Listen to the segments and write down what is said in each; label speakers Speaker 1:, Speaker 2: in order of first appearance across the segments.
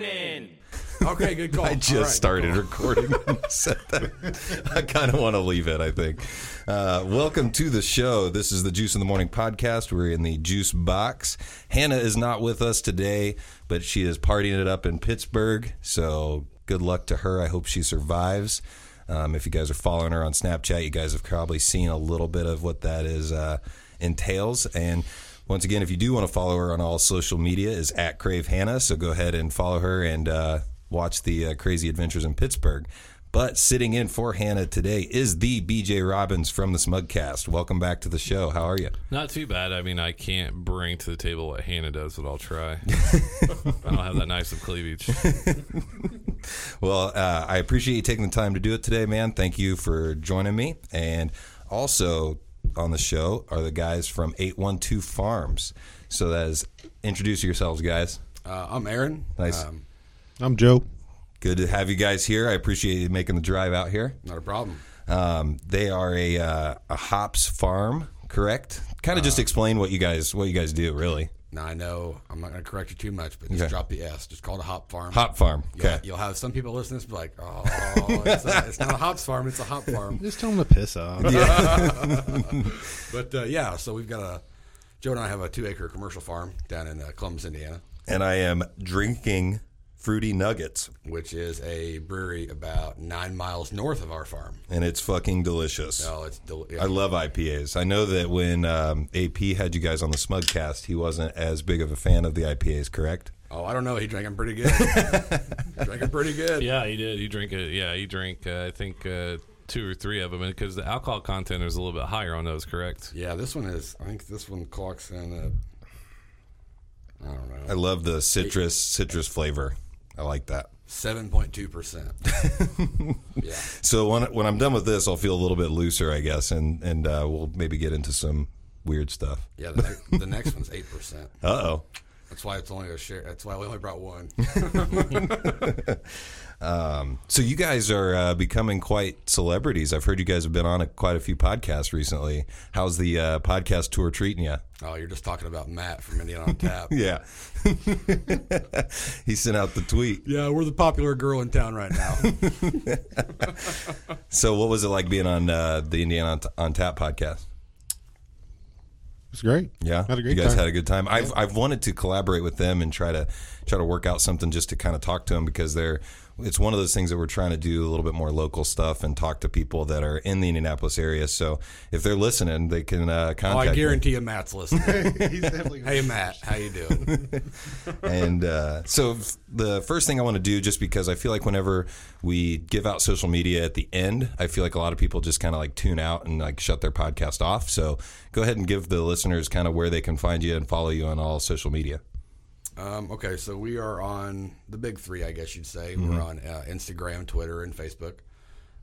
Speaker 1: Okay, good call.
Speaker 2: I just
Speaker 1: All right.
Speaker 2: started recording when you said that. I kind of want to leave it, I think. Uh, welcome to the show. This is the Juice in the Morning podcast. We're in the juice box. Hannah is not with us today, but she is partying it up in Pittsburgh. So good luck to her. I hope she survives. Um, if you guys are following her on Snapchat, you guys have probably seen a little bit of what that is uh, entails. And once again, if you do want to follow her on all social media, is at Crave Hannah. So go ahead and follow her and uh, watch the uh, crazy adventures in Pittsburgh. But sitting in for Hannah today is the BJ Robbins from the Smugcast. Welcome back to the show. How are you?
Speaker 3: Not too bad. I mean, I can't bring to the table what Hannah does, but I'll try. I don't have that nice of cleavage.
Speaker 2: Well, uh, I appreciate you taking the time to do it today, man. Thank you for joining me. And also on the show are the guys from 812 Farms. So that is introduce yourselves, guys.
Speaker 1: Uh, I'm Aaron.
Speaker 2: Nice.
Speaker 1: Um,
Speaker 4: I'm Joe.
Speaker 2: Good to have you guys here. I appreciate you making the drive out here.
Speaker 1: not a problem.
Speaker 2: Um, they are a, uh, a hops farm, correct? Kind of just
Speaker 1: Uh-huh.
Speaker 2: explain what you guys what you guys do, really.
Speaker 1: Now I know I'm not going to correct you too much, but just
Speaker 2: Okay.
Speaker 1: drop the S. Just call it a hop farm.
Speaker 2: Hop farm.
Speaker 1: Yeah,
Speaker 2: Okay.
Speaker 1: you'll have some people listening to this be like, oh, it's, a, it's not a hops farm, it's a hop farm.
Speaker 4: Just tell him to piss off.
Speaker 1: But uh, yeah, so we've got a Joe and I have a two acre commercial farm down in uh, Columbus, Indiana,
Speaker 2: And I am drinking fruity nuggets,
Speaker 1: which is a brewery about nine miles north of our farm.
Speaker 2: and it's fucking delicious.
Speaker 1: Oh, it's del- yeah.
Speaker 2: I love IPAs. I know that when um, AP had you guys on the Smugcast, he wasn't as big of a fan of the IPAs, correct?
Speaker 1: oh, I don't know. He drank them pretty good. drank them pretty good.
Speaker 3: Yeah, he did. He drank it. Yeah, he drank. Uh, I think uh, two or three of them because the alcohol content is a little bit higher on those. Correct.
Speaker 1: Yeah, this one is. I think this one clocks in at. I don't know.
Speaker 2: I love the citrus citrus flavor. I like that.
Speaker 1: Seven point two percent. Yeah.
Speaker 2: So when when I'm done with this, I'll feel a little bit looser, I guess, and and uh, we'll maybe get into some weird stuff.
Speaker 1: Yeah. The, ne- the next one's eight percent.
Speaker 2: Uh oh.
Speaker 1: That's why it's only a share. That's why we only brought one.
Speaker 2: So you guys are uh, becoming quite celebrities. I've heard you guys have been on a, quite a few podcasts recently. How's the uh, podcast tour treating you?
Speaker 1: Oh, you're just talking about Matt from Indiana on Tap.
Speaker 2: Yeah, he sent out the tweet.
Speaker 1: Yeah, we're the popular girl in town right now.
Speaker 2: So what was it like being on uh, the Indiana on, on Tap podcast?
Speaker 4: It's great.
Speaker 2: Yeah,
Speaker 4: Had a great
Speaker 2: you guys
Speaker 4: time.
Speaker 2: had a good time. I've I've wanted to collaborate with them and try to try to work out something just to kind of talk to them because they're it's one of those things that we're trying to do a little bit more local stuff and talk to people that are in the Indianapolis area. So if they're listening, they can uh, contact.
Speaker 1: oh, I
Speaker 2: me.
Speaker 1: guarantee you, Matt's listening.
Speaker 4: He's definitely
Speaker 1: hey, Matt, how you doing?
Speaker 2: and uh, so f- the first thing I want to do, just because I feel like whenever we give out social media at the end, I feel like a lot of people just kind of like tune out and like shut their podcast off. So go ahead and give the listeners kind of where they can find you and follow you on all social media.
Speaker 1: Um, okay, so we are on the big three, I guess you'd say.
Speaker 2: Mm-hmm.
Speaker 1: We're on uh, Instagram, Twitter, and Facebook.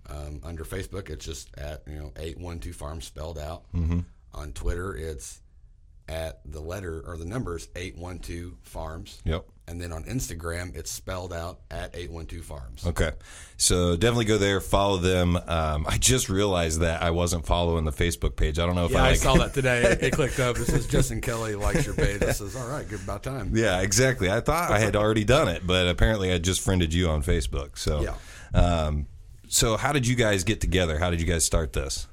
Speaker 1: Um, under Facebook, it's just at you know eight one two farm spelled out.
Speaker 2: Mm-hmm.
Speaker 1: On Twitter, it's at the letter or the numbers eight one two farms.
Speaker 2: Yep.
Speaker 1: And then on Instagram, it's spelled out at eight one two farms.
Speaker 2: Okay. So definitely go there, follow them. Um, I just realized that I wasn't following the Facebook page. I don't know if
Speaker 1: Yeah,
Speaker 2: I
Speaker 1: I
Speaker 2: like.
Speaker 1: saw that today. It, it clicked up. It says Justin Kelly likes your page. It says, all right, good about time.
Speaker 2: Yeah, exactly. I thought I had already done it, but apparently I just friended you on Facebook. So, um, so how did you guys get together? How did you guys start this?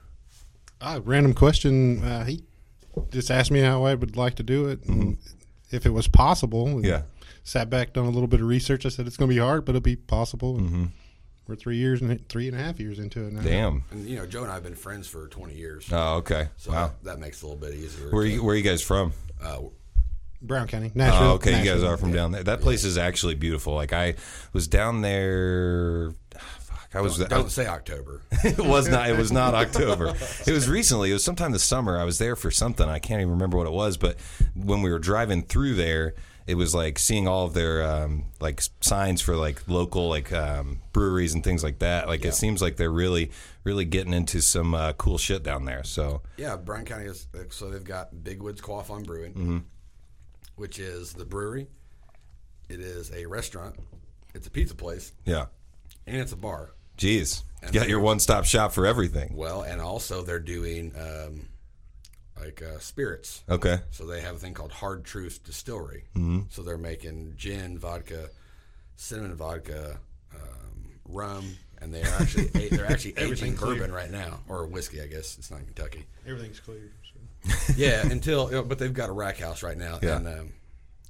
Speaker 4: Ah, random question. Uh, he just asked me how I would like to do it, and if it was possible. and
Speaker 2: Mm-hmm. Yeah.
Speaker 4: Sat back, done a little bit of research. I said it's going to be hard, but it'll be possible. And We're three years and three and a half years into it now.
Speaker 2: Mm-hmm. Damn.
Speaker 1: And, you know, Joe and I have been friends for 20 years.
Speaker 2: Oh, okay.
Speaker 1: So uh,
Speaker 2: wow.
Speaker 1: that, that makes it a little bit easier.
Speaker 2: Where are
Speaker 1: to-
Speaker 2: you, where are you guys from?
Speaker 1: uh,
Speaker 4: Brown County, Nashville.
Speaker 2: Oh, okay. You guys
Speaker 4: Nashville.
Speaker 2: are from down there. That place is actually beautiful. Like I was down there. Fuck, I was.
Speaker 1: don't say October.
Speaker 2: it was not it was not october it was recently it was sometime this summer i was there for something i can't even remember what it was but when we were driving through there it was like seeing all of their um, like s- signs for like local like um, breweries and things like that. Like it seems like they're really really getting into some uh, cool shit down there. So
Speaker 1: Yeah, Bryan County is so they've got Big Woods Quaffon Brewing, which is the brewery. It is a restaurant. It's a pizza place,
Speaker 2: yeah,
Speaker 1: and it's a bar.
Speaker 2: jeez, you got your one stop shop for everything.
Speaker 1: Well, and also they're doing um, like uh, spirits.
Speaker 2: Okay,
Speaker 1: So they have a thing called Hard Truth Distillery. Mm-hmm. So they're making gin, vodka, cinnamon vodka, um, rum, and they are actually a- they're actually aging
Speaker 4: Everything clear.
Speaker 1: bourbon right now or whiskey. I guess it's not in Kentucky.
Speaker 4: Everything's clear.
Speaker 1: yeah, until you know, but they've got a rack house right now,
Speaker 2: Yeah.
Speaker 1: and um,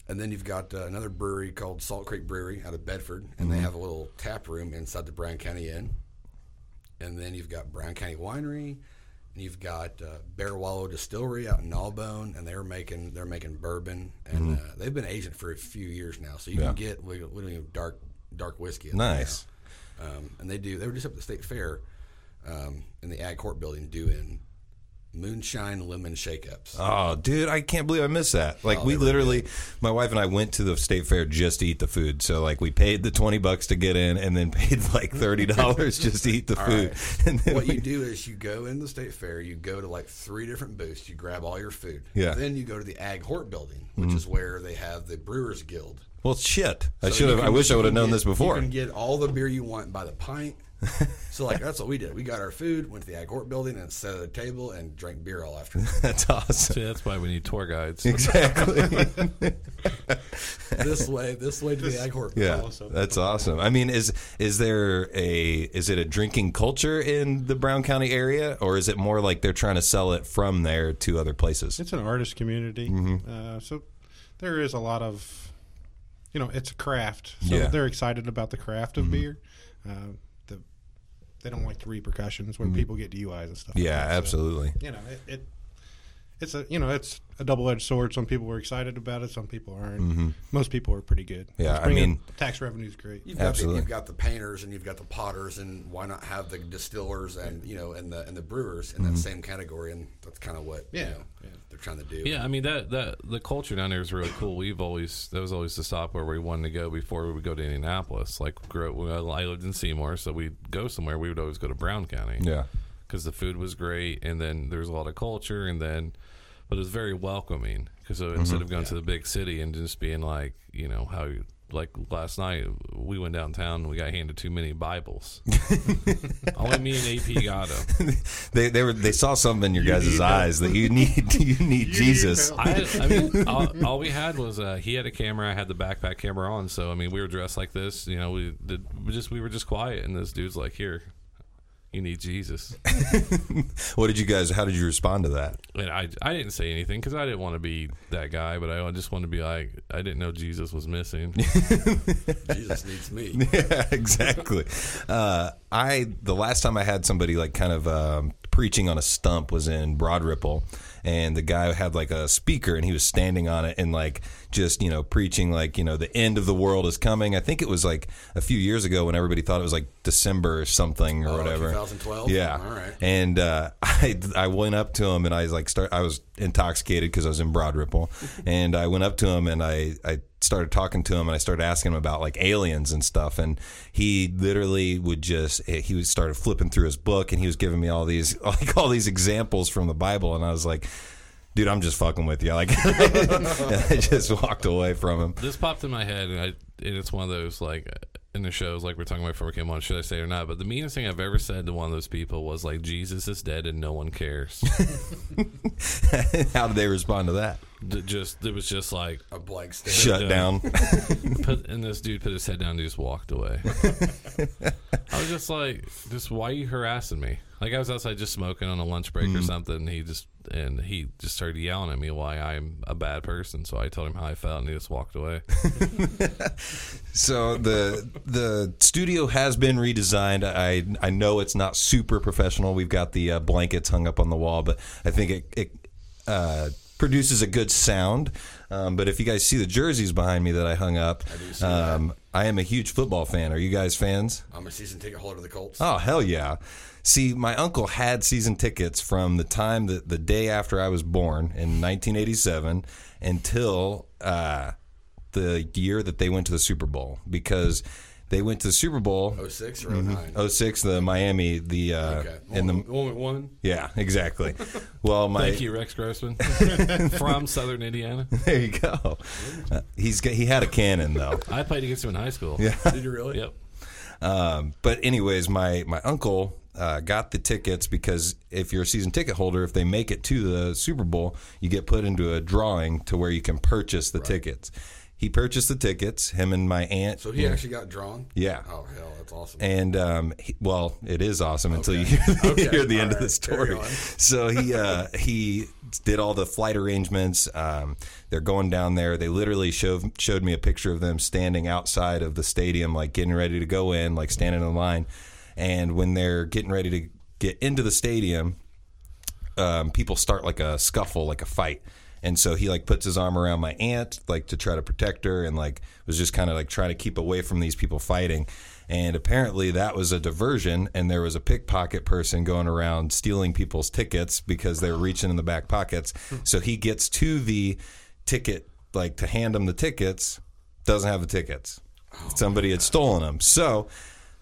Speaker 1: and then you've got uh, another brewery called Salt Creek Brewery out of Bedford, and
Speaker 2: Mm-hmm.
Speaker 1: they have a little tap room inside the Brown County Inn, and then you've got Brown County Winery, and you've got uh, Bear Wallow Distillery out in Nallbone, and they're making they're making bourbon, and uh, they've been aging for a few years now, so you
Speaker 2: Mm-hmm. Yeah.
Speaker 1: can get we, we don't even dark dark whiskey. at
Speaker 2: nice.
Speaker 1: um, and they do. They were just up at the state fair um, in the Ag Court building doing moonshine lemon shakeups.
Speaker 2: Oh, dude, I can't believe I missed that. Like,
Speaker 1: Oh,
Speaker 2: we literally, my wife and I went to the state fair just to eat the food. So, like, we paid the 20 bucks to get in and then paid like $30 just to eat the food. And then
Speaker 1: what
Speaker 2: we-
Speaker 1: you do is you go in the state fair, you go to like three different booths, you grab all your food.
Speaker 2: Yeah.
Speaker 1: Then you go to the Ag Hort building, which is where they have the Brewers Guild.
Speaker 2: well, shit. I
Speaker 1: So
Speaker 2: should
Speaker 1: you
Speaker 2: have, I
Speaker 1: can-
Speaker 2: wish I
Speaker 1: you
Speaker 2: would have
Speaker 1: can
Speaker 2: known
Speaker 1: get-
Speaker 2: this before.
Speaker 1: You can get all the beer you want by the pint. so like that's what we did. We got our food, went to the Ag Hort building, and sat at a table and drank beer all afternoon.
Speaker 2: That's awesome.
Speaker 3: See, that's why we need tour guides.
Speaker 2: Exactly.
Speaker 1: this way, this way to the Ag Hort.
Speaker 2: Yeah,
Speaker 4: Awesome.
Speaker 2: that's awesome. I mean, is is there a is it a drinking culture in the Brown County area, or is it more like they're trying to sell it from there to other places?
Speaker 4: It's an artist community,
Speaker 2: Mm-hmm.
Speaker 4: uh, so there is a lot of, you know, it's a craft. So
Speaker 2: Yeah. Mm-hmm.
Speaker 4: they're excited about the craft of beer. Uh, the they don't like the repercussions when people get DUIs and stuff. like
Speaker 2: Mm-hmm. Yeah,
Speaker 4: that, so,
Speaker 2: absolutely.
Speaker 4: you know, it, it it's a you know it's a double edged sword. Some people are excited about it. Some people aren't. Most people are pretty good.
Speaker 2: Mm-hmm. Yeah,
Speaker 4: It's
Speaker 2: I
Speaker 4: bringing-
Speaker 2: mean-
Speaker 4: tax revenue is great.
Speaker 1: You've got, the,
Speaker 2: Absolutely.
Speaker 1: you've got the painters and you've got the potters and why not have the distillers and you know and the and the brewers in
Speaker 2: Mm-hmm.
Speaker 1: that same category and that's kind of what you
Speaker 4: Yeah.
Speaker 1: know they're trying to do.
Speaker 3: Yeah, I mean that that the culture down there is really cool. We've always that was always the stop where we wanted to go before we would go to Indianapolis. Like grew up, well, I lived in Seymour, so we'd go somewhere. We would always go to Brown County.
Speaker 2: Yeah.
Speaker 3: because the food was great, and then there was a lot of culture, and then but it was very welcoming. Because instead of going to the big city and just being like, you know, how you- like last night we went downtown and we got handed too many Bibles. Only me and AP got them.
Speaker 2: They they were they saw something in your guys'
Speaker 4: need
Speaker 2: eyes that you need you need Jesus.
Speaker 4: help.
Speaker 3: I, I mean, all, all we had was uh, he had a camera. I had the backpack camera on, so I mean, we were dressed like this. You know, we did we just we were just quiet, and this dude's like, "Here, you need Jesus."
Speaker 2: What did you guys? How did you respond to that?
Speaker 3: And I I didn't say anything because I didn't want to be that guy, but I just wanted to be like, I didn't know Jesus was missing.
Speaker 1: Jesus needs me.
Speaker 2: Yeah, exactly. Uh, I the last time I had somebody like kind of um, preaching on a stump was in Broad Ripple, and the guy had like a speaker and he was standing on it and like just you know preaching like you know the end of the world is coming. I think it was like a few years ago when everybody thought it was like December or something or
Speaker 1: Oh,
Speaker 2: whatever.
Speaker 1: 2012?
Speaker 2: Yeah.
Speaker 1: All right.
Speaker 2: And uh, I I went up to him and I was like start I was intoxicated because I was in Broad Ripple and I went up to him and I I started talking to him and I started asking him about like aliens and stuff and he literally would just eh, he was started flipping through his book and he was giving me all these like all these examples from the Bible and I was like. Dude, I'm just fucking with you. Like, I just walked away from him.
Speaker 3: this popped in my head, and, I, and it's one of those like in the shows, like we're talking about before we came on, should I say it or not? But the meanest thing I've ever said to one of those people was like, "Jesus is dead, and no one cares."
Speaker 2: How did they respond to that?
Speaker 3: D- just it was just like,
Speaker 1: A blank stare.
Speaker 2: Shut down.
Speaker 3: put, and this dude put his head down and just walked away. I was just like, just why are you harassing me? Like I was outside just smoking on a lunch break or something. And he just and he just started yelling at me why I'm a bad person. So I told him how I felt, and he just walked away.
Speaker 2: So the the studio has been redesigned. I I know it's not super professional. We've got the uh, blankets hung up on the wall, but I think it it uh, produces a good sound. Um, but if you guys see the jerseys behind me that I hung up, um, I am a huge football fan. Are you guys fans?
Speaker 1: I'm a season ticket holder of the Colts.
Speaker 2: Oh hell yeah! See, my uncle had season tickets from the time that the day after I was born in 1987 until uh, the year that they went to the Super Bowl because they went to the Super Bowl
Speaker 1: 06 Oh, or
Speaker 2: Mm-hmm.
Speaker 1: 09?
Speaker 2: 06, the Miami, the uh,
Speaker 1: Okay.
Speaker 2: and the
Speaker 1: one, one, one.
Speaker 2: yeah, exactly. Well, my
Speaker 3: Thank you, Rex Grossman, from Southern Indiana.
Speaker 2: there you go. Uh, he's got, he had a cannon though.
Speaker 3: I played against him in high school.
Speaker 2: Oh.
Speaker 1: Did you really?
Speaker 3: Yep.
Speaker 2: Um, but anyways, my my uncle uh, got the tickets because if you're a season ticket holder, if they make it to the Super Bowl, you get put into a drawing to where you can purchase the tickets. He purchased the tickets. Him and my aunt.
Speaker 1: So he actually got drawn?
Speaker 2: Yeah.
Speaker 1: Oh, hell, that's awesome.
Speaker 2: and um, he, well, it is awesome until you hear the,
Speaker 1: Okay.
Speaker 2: hear the
Speaker 1: All
Speaker 2: end of
Speaker 1: right.
Speaker 2: the story.
Speaker 1: Carry on.
Speaker 2: So he uh, he did all the flight arrangements. Um, they're going down there. They literally showed showed me a picture of them standing outside of the stadium, like getting ready to go in, like standing in line. And when they're getting ready to get into the stadium, um, people start like a scuffle, like a fight. And so he like puts his arm around my aunt, like to try to protect her, and like was just kind of like trying to keep away from these people fighting. And apparently that was a diversion, and there was a pickpocket person going around stealing people's tickets because they were reaching in the back pockets. So he gets to the ticket, like to hand them the tickets, doesn't have the tickets. Somebody had stolen them. So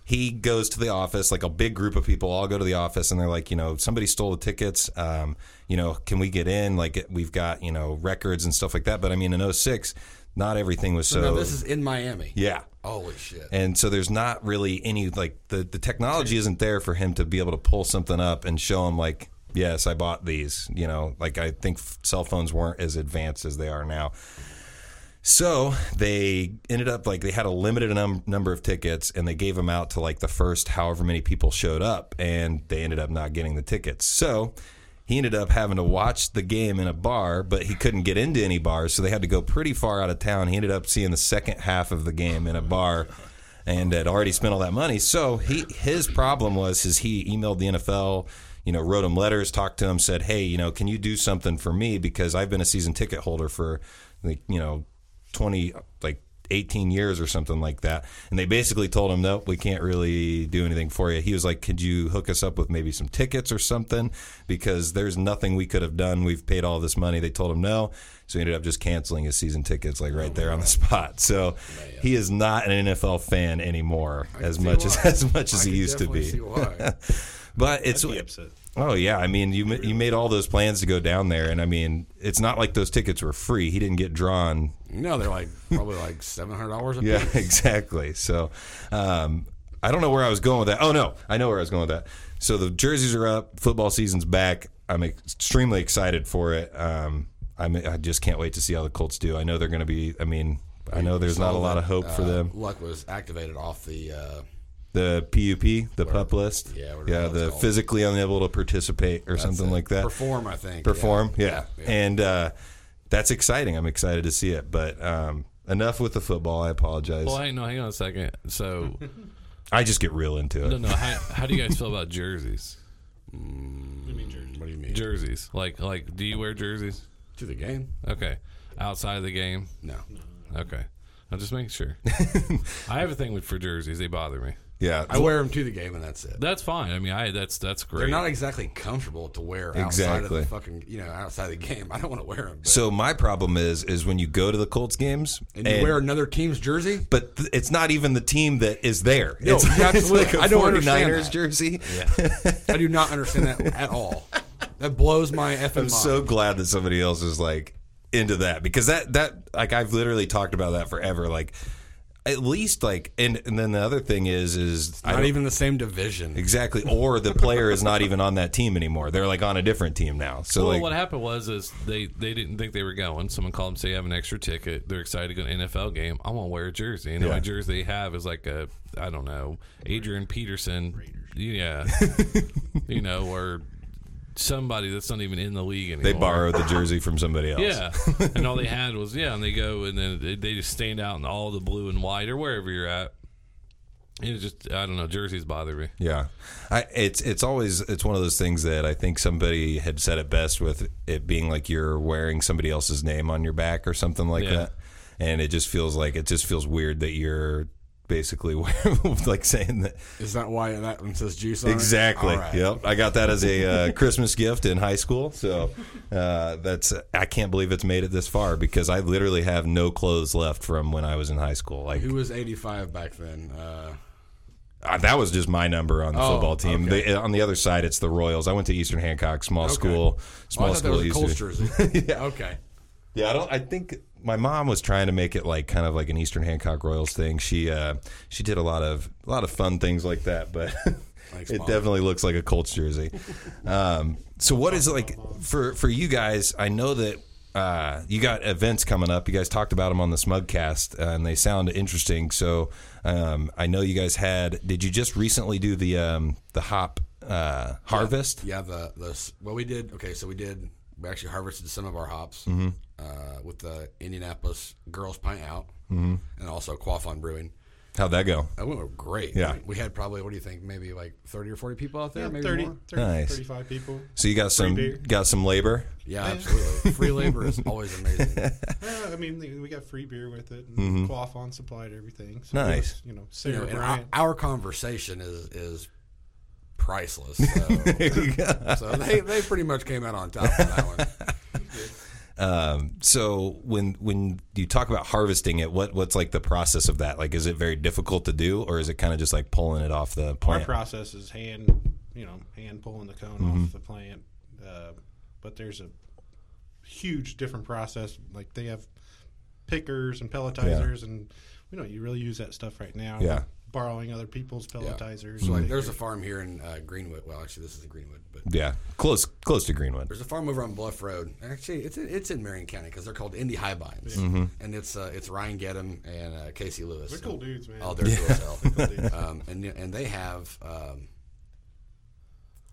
Speaker 2: he goes to the office, like a big group of people all go to the office, and they're like, you know, somebody stole the tickets. Um, you know, can we get in? Like, we've got, you know, records and stuff like that. But I mean, in 06, not everything was so.
Speaker 1: now, this is in Miami.
Speaker 2: yeah.
Speaker 1: Holy shit.
Speaker 2: And so there's not really any, like, the, the technology isn't there for him to be able to pull something up and show him, like, yes, I bought these. You know, like, I think f- cell phones weren't as advanced as they are now. So they ended up like they had a limited num- number of tickets, and they gave them out to like the first however many people showed up, and they ended up not getting the tickets. So he ended up having to watch the game in a bar, but he couldn't get into any bars, so they had to go pretty far out of town. He ended up seeing the second half of the game in a bar. And had already spent all that money, so he his problem was is he emailed the NFL, you know, wrote him letters, talked to him, said, hey, you know, can you do something for me because I've been a season ticket holder for, like, you know, 20 like 18 years or something like that and they basically told him nope we can't really do anything for you he was like could you hook us up with maybe some tickets or something because there's nothing we could have done we've paid all this money they told him no so he ended up just canceling his season tickets like right there on the spot so he is not an nfl fan anymore as
Speaker 1: see
Speaker 2: much as
Speaker 1: why.
Speaker 2: as much as
Speaker 1: I
Speaker 2: he
Speaker 1: can
Speaker 2: used to
Speaker 1: definitely
Speaker 2: be
Speaker 1: see why.
Speaker 2: but it's Oh yeah, I mean you ma- you made all those plans to go down there, and I mean it's not like those tickets were free. He didn't get drawn
Speaker 1: no, they're like probably like $700 a
Speaker 2: Yeah,
Speaker 1: piece.
Speaker 2: exactly. So um, I don't know where I was going with that. Oh no, I know where I was going with that. So the jerseys are up. Football season's back. I'm extremely excited for it. Um, I'm, I just can't wait to see how the Colts do. I know they're going to be. I mean, I know there's not a lot of hope for
Speaker 1: Uh,
Speaker 2: them.
Speaker 1: Luck was activated off the. Uh,
Speaker 2: The PUP, the pup list.
Speaker 1: yeah, whatever
Speaker 2: yeah.
Speaker 1: that's
Speaker 2: The
Speaker 1: called.
Speaker 2: physically unable to participate or something like that.
Speaker 1: Perform, I think.
Speaker 2: perform. Yeah,
Speaker 1: Yeah.
Speaker 2: and uh, that's exciting. I'm excited to see it. But um, enough with the football. I apologize.
Speaker 3: Well, hang, no, hang on a second. So,
Speaker 2: I just get real into it.
Speaker 3: no, no. How, how do you guys feel about jerseys?
Speaker 1: Yeah. What do you mean?
Speaker 3: Jerseys, like, like, do you wear jerseys?
Speaker 1: to the game?
Speaker 3: Okay, outside of the game.
Speaker 1: No.
Speaker 3: Okay, I'll just make sure. I have a thing with for jerseys; they bother me.
Speaker 2: Yeah,
Speaker 1: I wear them to the game, and that's it.
Speaker 3: That's fine. I mean, I that's that's great.
Speaker 1: They're not exactly comfortable to wear outside of
Speaker 2: Exactly.
Speaker 1: the fucking, you know, outside the game. I don't want to wear them.
Speaker 2: So my problem is is when you go to the Colts games
Speaker 1: and you wear another team's jersey?
Speaker 2: but th- it's not even the team that is there.
Speaker 1: No,
Speaker 2: it's,
Speaker 1: yeah,
Speaker 2: it's like
Speaker 1: absolutely.
Speaker 2: a
Speaker 1: I don't
Speaker 2: 49ers
Speaker 1: understand that.
Speaker 2: jersey.
Speaker 1: I do not understand that at all. That blows my effing
Speaker 2: I'm
Speaker 1: mind.
Speaker 2: so glad that somebody else is like into that because that that like I've literally talked about that forever like at least like and, and then the other thing is is I
Speaker 1: not
Speaker 2: don't-
Speaker 1: even the same division.
Speaker 2: exactly or the player is not even on that team anymore. They're like on a different team now. So
Speaker 3: Well,
Speaker 2: like
Speaker 3: what happened was is they they didn't think they were going. Someone called them, say, "I have an extra ticket. They're excited to go to an NFL game. I'm gonna wear a jersey." And the
Speaker 2: Yeah.
Speaker 3: only jersey they have is like a I don't know Adrian Peterson, yeah, you know, or somebody that's not even in the league anymore.
Speaker 2: they borrowed the jersey from somebody else.
Speaker 3: Yeah, and all they had was yeah, and they go and then they, they just stand out in all the blue and white or wherever you're at. It was just I don't know jerseys bother me.
Speaker 2: Yeah, I, it's it's always it's one of those things that I think somebody had said it best with it being like you're wearing somebody else's name on your back or something like
Speaker 3: Yeah.
Speaker 2: that, and it just feels like it just feels weird that you're basically like saying that
Speaker 1: Is that why that one says juice? On it?
Speaker 2: Exactly.
Speaker 1: All right.
Speaker 2: Yep. I got that as a uh, Christmas gift in high school. So uh, that's I can't believe it's made it this far because I literally have no clothes left from when I was in high school. Like
Speaker 1: Who was 85 back then? Uh,
Speaker 2: uh, that was just my number on the
Speaker 1: Oh,
Speaker 2: football team.
Speaker 1: okay.
Speaker 2: They, on the other side, it's the Royals. I went to Eastern Hancock, small school,
Speaker 1: oh, I thought
Speaker 2: small
Speaker 1: that
Speaker 2: school.
Speaker 1: was a
Speaker 2: used
Speaker 1: Colts
Speaker 2: to-
Speaker 1: jersey. yeah. Okay.
Speaker 2: Yeah, I don't. I think my mom was trying to make it like kind of like an Eastern Hancock Royals thing. She uh, she did a lot of a lot of fun things like that, but it
Speaker 1: Mom.
Speaker 2: definitely looks like a Colts jersey. Um, so what is it like for for you guys? I know that. Uh, you got events coming up. You guys talked about them on the Smugcast, uh, and they sound interesting. So um, I know you guys had. Did you just recently do the um, the hop uh, harvest?
Speaker 1: Yeah, the the s- well, we did okay. So we did. We actually harvested some of our hops
Speaker 2: Mm-hmm.
Speaker 1: uh, with the Indianapolis Girls Pint Out,
Speaker 2: Mm-hmm.
Speaker 1: and also Quaffon Brewing.
Speaker 2: How'd that go?
Speaker 1: That went great.
Speaker 2: Yeah.
Speaker 1: we had probably what do you think? Maybe like thirty or forty people out there. maybe
Speaker 4: 30,
Speaker 1: more.
Speaker 4: 30,
Speaker 2: Nice.
Speaker 4: 35 people.
Speaker 2: So you got some
Speaker 4: beer.
Speaker 2: got some labor.
Speaker 1: Yeah, absolutely. Free labor is always amazing.
Speaker 4: Uh, I mean, we- we got free beer with it. And Quaffon supplied everything. So it
Speaker 2: Mm-hmm. Nice.
Speaker 4: was, you
Speaker 1: You
Speaker 4: know,
Speaker 1: know,
Speaker 4: Sarah
Speaker 1: and our,
Speaker 4: Bryant.
Speaker 1: our conversation is is priceless. So, so they they pretty much came out on top of that one.
Speaker 2: Um, so when when you talk about harvesting it, what what's like the process of that? Like, is it very difficult to do, or is it kind of just like pulling it off the
Speaker 4: Our
Speaker 2: plant?
Speaker 4: process is hand, you know, hand pulling the cone
Speaker 2: Mm-hmm.
Speaker 4: off the plant. Uh, but there's a huge different process. Like they have pickers and pelletizers, and we don't really use that stuff right now.
Speaker 2: Yeah.
Speaker 4: Borrowing other people's pelletizers.
Speaker 1: So like,
Speaker 4: and
Speaker 1: there's a farm here in uh, Greenwood. Well, actually, this is in Greenwood, but
Speaker 2: yeah, close close to Greenwood.
Speaker 1: There's a farm over on Bluff Road. Actually, it's in, it's in Marion County because they're called Indy Highbines, and it's uh, it's Ryan Gedham and uh, Casey Lewis.
Speaker 4: They're cool dudes, man.
Speaker 1: Oh, they're cool as hell.
Speaker 4: cool dudes.
Speaker 1: um, and and they have um,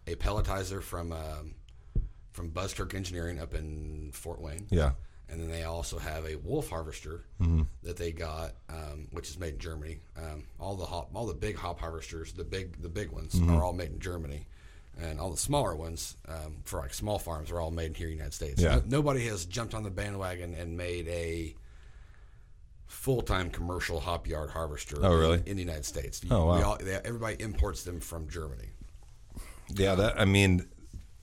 Speaker 1: a pelletizer from um, from Buskirk Engineering up in Fort Wayne.
Speaker 2: Yeah.
Speaker 1: And then they also have a wolf harvester
Speaker 2: Mm-hmm.
Speaker 1: that they got, um, which is made in Germany. Um, all the hop, all the big hop harvesters, the big the big ones
Speaker 2: Mm-hmm.
Speaker 1: are all made in Germany, and all the smaller ones um, for like small farms are all made here in the United States.
Speaker 2: Yeah.
Speaker 1: No- nobody has jumped on the bandwagon and made a full time commercial hop yard harvester.
Speaker 2: Oh, really?
Speaker 1: In, in the United States.
Speaker 2: Oh, wow.
Speaker 1: We all, they, everybody imports them from Germany.
Speaker 2: Yeah, that I mean,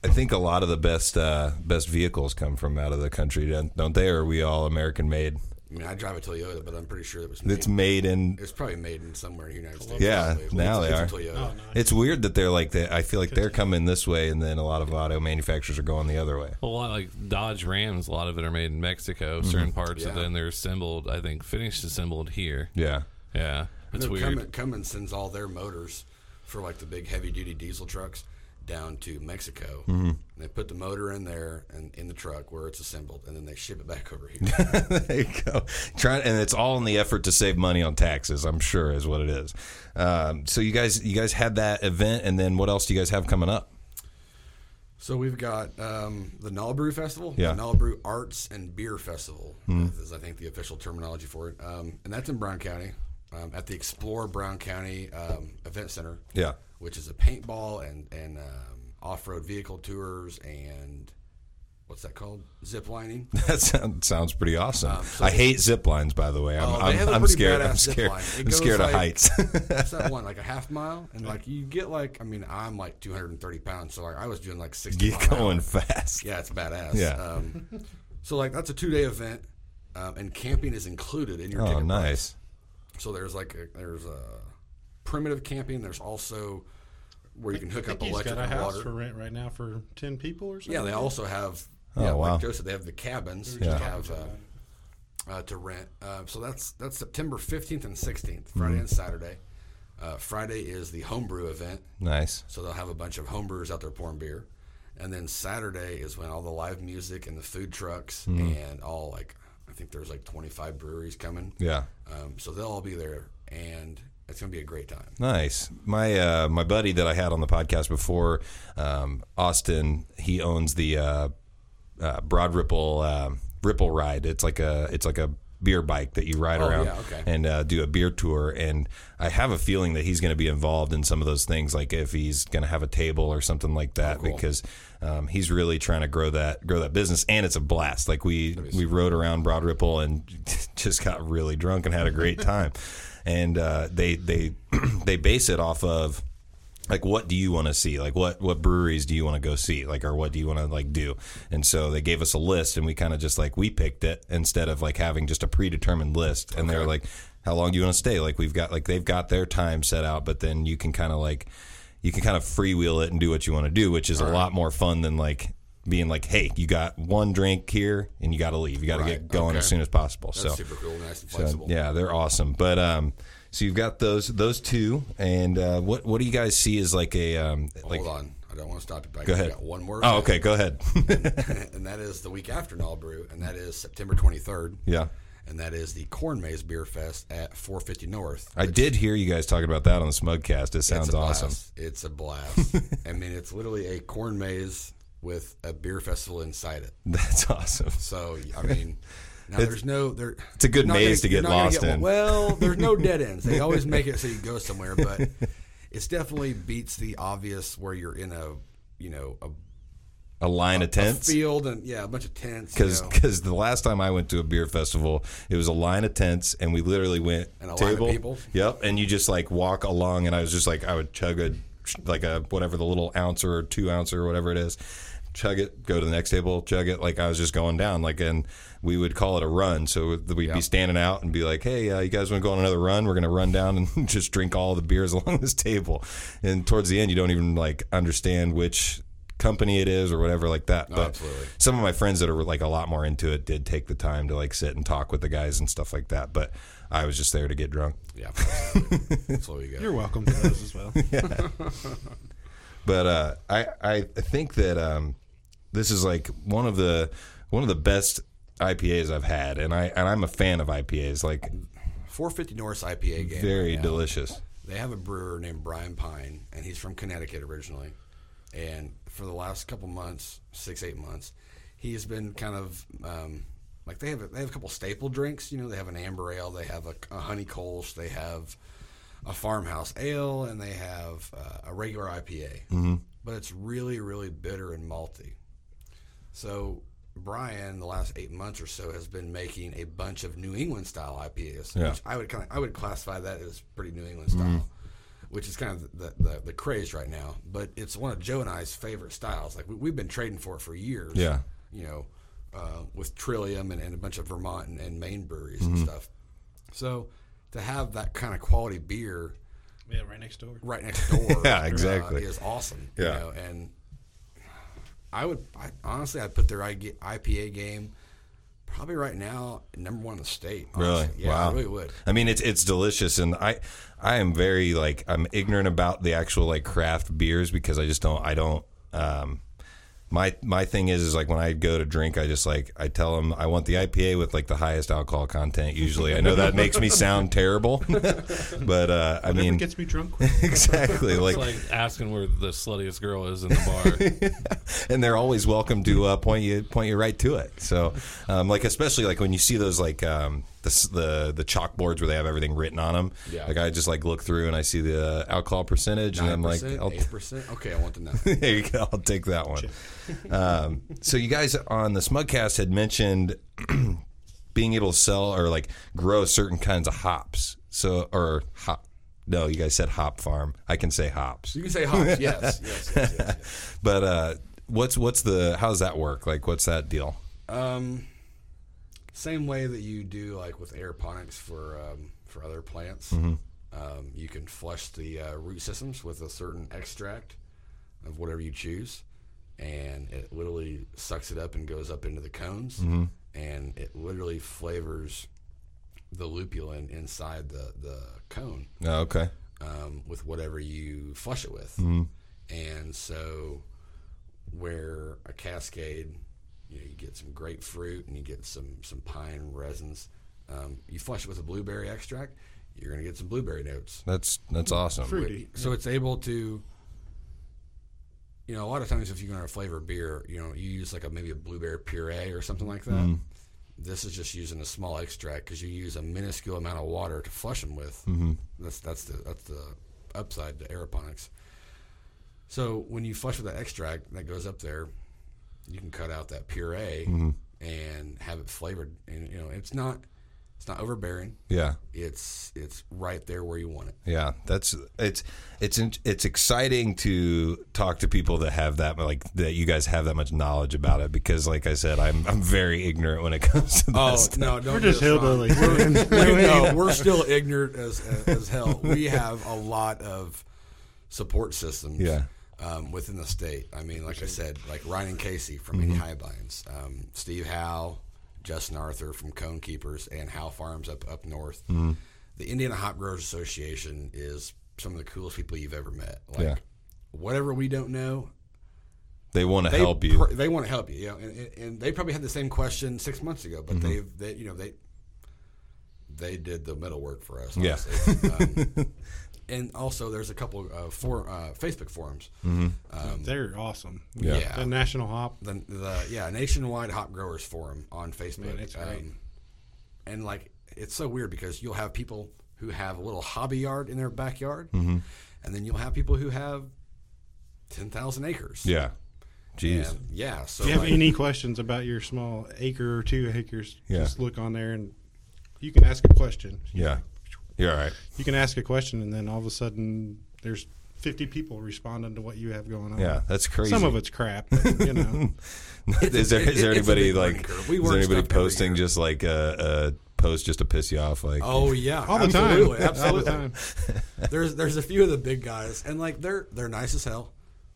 Speaker 2: I think a lot of the best uh, best vehicles come from out of the country, don't don't they? Or are we all American made?
Speaker 1: I mean, I drive a Toyota, but I'm pretty sure it was made.
Speaker 2: It's made in.
Speaker 1: it's probably made in somewhere in the United States.
Speaker 2: Yeah,
Speaker 1: probably. It's-
Speaker 2: now they
Speaker 1: it's a
Speaker 2: are.
Speaker 1: Toyota.
Speaker 2: It's weird that they're like that. I feel like they're coming this way, and then a lot of auto manufacturers are going the other way.
Speaker 3: A lot like Dodge Rams, a lot of it are made in Mexico, certain parts, and
Speaker 1: Yeah.
Speaker 3: then they're assembled, I think, finished assembled here.
Speaker 2: Yeah.
Speaker 3: Yeah. It's
Speaker 1: No,
Speaker 3: weird.
Speaker 1: Cummins, Cummins sends all their motors for like the big heavy duty diesel trucks down to Mexico.
Speaker 2: Mm-hmm.
Speaker 1: And they put the motor in there and in the truck where it's assembled, and then they ship it back over here.
Speaker 2: there you go. Trying, and it's all in the effort to save money on taxes. I'm sure is what it is. Um, so you guys, you guys had that event, and then what else do you guys have coming up?
Speaker 1: so we've got um, the Null Brew Festival,
Speaker 2: Yeah. Mm-hmm.
Speaker 1: the Null Brew Arts and Beer Festival is I think the official terminology for it, um, and that's in Brown County um, at the Explore Brown County um, Event Center.
Speaker 2: Yeah.
Speaker 1: which is a paintball and and um, off road vehicle tours and what's that called? Zip lining.
Speaker 2: That sound, sounds pretty awesome. I hate zip lines, by the way. I'm,
Speaker 1: Oh, they
Speaker 2: I'm,
Speaker 1: have a
Speaker 2: I'm
Speaker 1: pretty
Speaker 2: scared.
Speaker 1: badass
Speaker 2: I'm
Speaker 1: zip
Speaker 2: scared.
Speaker 1: line. It
Speaker 2: I'm
Speaker 1: goes
Speaker 2: scared of
Speaker 1: like-
Speaker 2: heights.
Speaker 1: What's that one? Like a half mile, and like you get like I mean I'm like 230 pounds, so like I was doing like 60. mile
Speaker 2: Get
Speaker 1: an hour.
Speaker 2: going fast.
Speaker 1: Yeah, it's badass.
Speaker 2: Yeah.
Speaker 1: Um, so like that's a two day event, um, and camping is included in your
Speaker 2: Oh,
Speaker 1: ticket price.
Speaker 2: nice.
Speaker 1: So there's like a, there's a primitive camping. There's also where you can hook up
Speaker 4: He's
Speaker 1: electric
Speaker 4: got a
Speaker 1: and
Speaker 4: house
Speaker 1: water.
Speaker 4: for rent right now for 10 people or something.
Speaker 1: Yeah, they also have.
Speaker 2: Oh,
Speaker 1: yeah,
Speaker 2: wow.
Speaker 1: Like Joe said, they have the cabins
Speaker 4: were just
Speaker 1: to
Speaker 4: talking
Speaker 1: have
Speaker 4: to
Speaker 1: uh,
Speaker 4: them.
Speaker 1: uh, to rent. Uh, so that's that's September 15th and 16th, Friday
Speaker 2: Mm-hmm.
Speaker 1: and Saturday. Uh, Friday is the homebrew event,
Speaker 2: Nice.
Speaker 1: so they'll have a bunch of homebrewers out there pouring beer, and then Saturday is when all the live music and the food trucks
Speaker 2: Hmm.
Speaker 1: and all like I think there's like 25 breweries coming.
Speaker 2: Yeah.
Speaker 1: Um, so they'll all be there, and it's gonna be a great time.
Speaker 2: Nice. My uh, my buddy that I had on the podcast before, um, Austin, he owns the uh, uh, Broad Ripple um Ripple Ride. It's like a it's like a beer bike that you ride around
Speaker 1: Oh, yeah, okay.
Speaker 2: and uh, do a beer tour. And I have a feeling that he's going to be involved in some of those things, like if he's going to have a table or something like
Speaker 1: Oh,
Speaker 2: that, because um, he's really trying to grow that grow that business. And it's a blast. Like we we rode around Broad Ripple and just got really drunk and had a great time. and uh, they they they base it off of like what do you want to see like what what breweries do you want to go see like or what do you want to like do and so they gave us a list and we kind of just like we picked it instead of like having just a predetermined list and they were like how long do you want to stay like we've got like they've got their time set out but then you can kind of like you can kind of freewheel it and do what you want to do which is a lot more fun than like being like hey you got one drink here and you got to leave you got to get going as soon as possible so
Speaker 1: Super cool, nice and
Speaker 2: uh,
Speaker 1: flexible.
Speaker 2: yeah, they're awesome. But um, so you've got those those two, and uh, what what do you guys see as like a um, like?
Speaker 1: Hold on, I don't want to stop you. But I
Speaker 2: Go
Speaker 1: just
Speaker 2: ahead.
Speaker 1: Got one word.
Speaker 2: Oh, okay, go ahead.
Speaker 1: and that is the week after Null Brew, and that is September 23rd.
Speaker 2: yeah,
Speaker 1: And that is the Corn Maze Beer Fest at 450 North.
Speaker 2: I did hear you guys talking about that on the Smugcast. It sounds
Speaker 1: It's a
Speaker 2: awesome.
Speaker 1: blast. It's a blast. I mean, it's literally a corn maze with a beer festival inside it.
Speaker 2: That's awesome.
Speaker 1: So I mean, now there's no there.
Speaker 2: It's a good
Speaker 1: you're not
Speaker 2: maze to
Speaker 1: you're
Speaker 2: get
Speaker 1: not gonna
Speaker 2: lost in.
Speaker 1: Well, there's no dead ends. They always make it so you go somewhere, but it's definitely beats the obvious where you're in a you know a
Speaker 2: A line of tents.
Speaker 1: field and yeah a bunch of tents
Speaker 2: Because
Speaker 1: you know,
Speaker 2: because the last time I went to a beer festival, it was a line of tents, and we literally went
Speaker 1: And a line of
Speaker 2: table.
Speaker 1: people?
Speaker 2: Yep, and you just like walk along, and I was just like, I would chug a like a whatever the little ounce or two ounce or whatever it is, chug it, go to the next table, chug it. Like I was just going down, like and we would call it a run. So we'd be standing out and be like, hey, uh, you guys want to go on another run? We're gonna run down and just drink all the beers along this table. And towards the end, you don't even like understand which company it is or whatever like that. But
Speaker 1: absolutely.
Speaker 2: some of my friends that are like a lot more into it did take the time to like sit and talk with the guys and stuff like that. But I was just there to get drunk.
Speaker 1: yeah. absolutely. That's what we got.
Speaker 4: You're welcome to those as well.
Speaker 2: But uh, I I think that um, this is like one of the one of the best IPAs I've had, and I and I'm a fan of IPAs. Like
Speaker 1: 450 North IPA game.
Speaker 2: very delicious.
Speaker 1: they have a brewer named Brian Pine, and he's from Connecticut originally. And for the last couple months, six eight months, he has been kind of um, like they have a, they have a couple staple drinks. You know, they have an amber ale, they have a, a honey kolsch, they have a farmhouse ale, and they have uh, a regular IPA. Mm-hmm. But it's really really bitter and malty. So Brian, the last eight months or so, has been making a bunch of New England style IPAs,
Speaker 2: Yeah.
Speaker 1: which I would kind of I would classify that as pretty New England style,
Speaker 2: Mm-hmm.
Speaker 1: which is kind of the, the the craze right now. But it's one of Joe and I's favorite styles. Like we, we've been trading for it for years.
Speaker 2: Yeah.
Speaker 1: you know, uh, with Trillium and, and a bunch of Vermont and, and Maine breweries
Speaker 2: Mm-hmm.
Speaker 1: and stuff. So to have that kind of quality beer
Speaker 4: yeah, right next door.
Speaker 1: right next door,
Speaker 2: Yeah,
Speaker 1: uh,
Speaker 2: exactly.
Speaker 1: is awesome.
Speaker 2: Yeah.
Speaker 1: you know, and I would I, honestly, I'd put their IG IPA game probably right now number one in the state. honestly.
Speaker 2: Really?
Speaker 1: yeah,
Speaker 2: Wow.
Speaker 1: I really would.
Speaker 2: I mean, it's it's delicious, and I I am very like I'm ignorant about the actual like craft beers because I just don't I don't. Um, my my thing is is like when I go to drink, I just like I tell them I want the IPA with like the highest alcohol content. Usually, I know that makes me sound terrible, but uh, I
Speaker 4: It
Speaker 2: mean
Speaker 4: gets me drunk. quick.
Speaker 2: exactly
Speaker 3: It's like asking where the sluttiest girl is in the bar.
Speaker 2: and they're always welcome to uh, point you point you right to it. So, um, like especially like when you see those like um, the, s- the the chalkboards where they have everything written on them.
Speaker 1: Yeah.
Speaker 2: Like I just like look through and I see the uh, alcohol percentage, and I'm like, I'll,
Speaker 1: eight percent. Okay, I want to know.
Speaker 2: there you go, I'll take that one. Um, so you guys on the Smugcast had mentioned being able to sell or like grow certain kinds of hops. So or hop. No, you guys said hop farm. I can say hops
Speaker 1: You can say hops. yes, yes, yes, yes. yes.
Speaker 2: but uh, what's what's the how does that work? Like, what's that deal?
Speaker 1: Um, same way that you do like with aeroponics for um, for other plants. Um, you can flush the uh, root systems with a certain extract of whatever you choose, and it literally sucks it up and goes up into the cones, and it literally flavors the lupulin inside the the cone
Speaker 2: Oh, okay,
Speaker 1: um, with whatever you flush it with. And so, where a cascade, you know, you get some grapefruit and you get some some pine resins. Um, you flush it with a blueberry extract, you're going to get some blueberry notes.
Speaker 2: that's that's awesome.
Speaker 4: Fruity.
Speaker 1: So it's able to, you know, a lot of times if you're going to flavor beer, you know, you use like a maybe a blueberry puree or something like that. This is just using a small extract because you use a minuscule amount of water to flush them with. Mm-hmm. That's that's the that's the upside to aeroponics. So when you flush with that extract that goes up there, you can cut out that puree and have it flavored. And you know, it's not It's not overbearing.
Speaker 2: Yeah.
Speaker 1: It's it's right there where you want it.
Speaker 2: Yeah, that's it's it's it's exciting to talk to people that have that like that you guys have that much knowledge about it because like I said I'm I'm very ignorant when it comes to
Speaker 1: Oh
Speaker 2: this.
Speaker 1: no, don't
Speaker 4: We're just
Speaker 1: get us wrong.
Speaker 4: hillbillies.
Speaker 1: We're, we know, we're still ignorant as, as as hell. We have a lot of support systems.
Speaker 2: Yeah.
Speaker 1: Um, within the state, I mean, like I said, like Ryan and Casey from
Speaker 2: Mm-hmm.
Speaker 1: Any High Blinds, um, Steve Howe, Justin Arthur from Cone Keepers, and Howe Farms up up north.
Speaker 2: Mm-hmm.
Speaker 1: The Indiana Hop Growers Association is some of the coolest people you've ever met. Like,
Speaker 2: Yeah.
Speaker 1: whatever we don't know,
Speaker 2: They want to
Speaker 1: they
Speaker 2: help you.
Speaker 1: pr- they want to help you. You know, and, and- and they probably had the same question six months ago, but
Speaker 4: Mm-hmm.
Speaker 1: they've they you know they they did the middle work for us.
Speaker 2: Yeah.
Speaker 1: honestly. um, and also, there's a couple of for, uh, Facebook forums.
Speaker 4: Mm-hmm. They're awesome.
Speaker 2: Yeah.
Speaker 1: um, Yeah.
Speaker 4: The National Hop.
Speaker 1: The, the yeah nationwide hop growers forum on Facebook. Um,
Speaker 4: Man, it's great.
Speaker 1: and like it's so weird because you'll have people who have a little hobby yard in their backyard,
Speaker 4: Mm-hmm.
Speaker 1: and then you'll have people who have ten thousand acres.
Speaker 2: yeah. Jeez.
Speaker 1: And, yeah. So
Speaker 4: If you have
Speaker 1: like-
Speaker 4: any questions about your small acre or two acres,
Speaker 2: Yeah.
Speaker 4: just look on there and you can ask a question.
Speaker 2: Yeah. You're all right.
Speaker 4: You can ask a question, and then all of a sudden, there's 50 people responding to what you have going on.
Speaker 2: Yeah, that's crazy.
Speaker 4: Some of it's crap, but, you know.
Speaker 2: is there is there
Speaker 1: it's a
Speaker 2: anybody
Speaker 1: big learning
Speaker 2: like
Speaker 1: curve. We
Speaker 2: is
Speaker 1: learn
Speaker 2: there anybody
Speaker 1: stuff every
Speaker 2: posting
Speaker 1: year.
Speaker 2: just like a, a post just to piss you off like
Speaker 1: Oh yeah,
Speaker 4: All the time.
Speaker 1: absolutely,
Speaker 4: All
Speaker 1: absolutely.
Speaker 4: the time.
Speaker 1: There's there's a few of the big guys, and like they're they're nice as hell,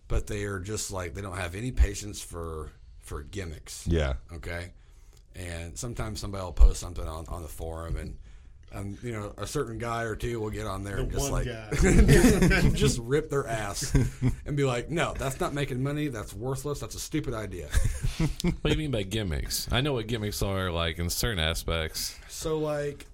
Speaker 1: but they are just like they don't have any patience for for gimmicks.
Speaker 2: yeah
Speaker 1: Okay. And sometimes somebody will post something on, on the forum, and um, you know a certain guy or two will get on there and just like
Speaker 4: one
Speaker 1: just rip their ass and be like, no, that's not making money. That's worthless. That's a stupid idea.
Speaker 3: What do you mean by gimmicks? I know what gimmicks are like in certain aspects.
Speaker 1: So like,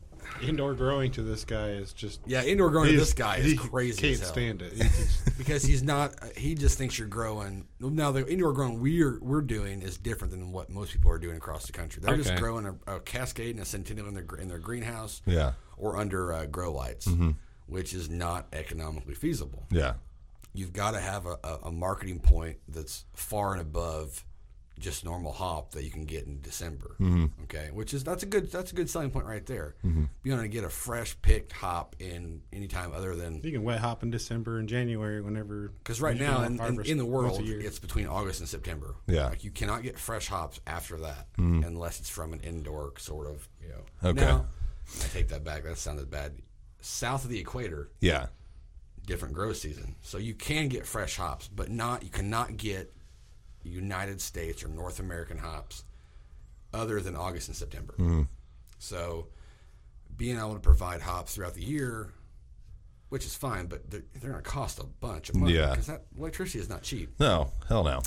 Speaker 4: Indoor growing to this guy is just.
Speaker 1: yeah, indoor growing to
Speaker 4: he's-
Speaker 1: this guy is
Speaker 4: he
Speaker 1: crazy.
Speaker 4: Can't
Speaker 1: as hell.
Speaker 4: stand it. He's-
Speaker 1: because he's not. He just thinks you're growing. Now the indoor growing we're we're doing is different than what most people are doing across the country. They're just
Speaker 3: Okay.
Speaker 1: growing a, a cascade and a centennial in their gr- in their greenhouse,
Speaker 2: Yeah.
Speaker 1: or under uh, grow lights, which is not economically feasible.
Speaker 2: yeah
Speaker 1: You've got to have a, a, a marketing point that's far and above just normal hop that you can get in December. Okay, which is that's a good that's a good selling point right there. You're going to get a fresh picked hop in any time other than
Speaker 4: you can wet hop in December and January whenever.
Speaker 1: because right
Speaker 4: you can
Speaker 1: now in, in,
Speaker 4: harvest
Speaker 1: in the
Speaker 4: once
Speaker 1: world,
Speaker 4: a year.
Speaker 1: it's between August and September.
Speaker 2: Yeah. Mm.
Speaker 1: Like you cannot get fresh hops after that unless it's from an indoor sort of, you know.
Speaker 2: Okay.
Speaker 1: Now, I take that back. That sounded bad. South of the equator,
Speaker 2: yeah
Speaker 1: different grow season. So you can get fresh hops, but not you cannot get United States or North American hops other than August and September.
Speaker 2: Mm-hmm.
Speaker 1: So being able to provide hops throughout the year, which is fine, but they're, they're going to cost a bunch of money
Speaker 2: Yeah.
Speaker 1: because that electricity is not cheap.
Speaker 2: no hell no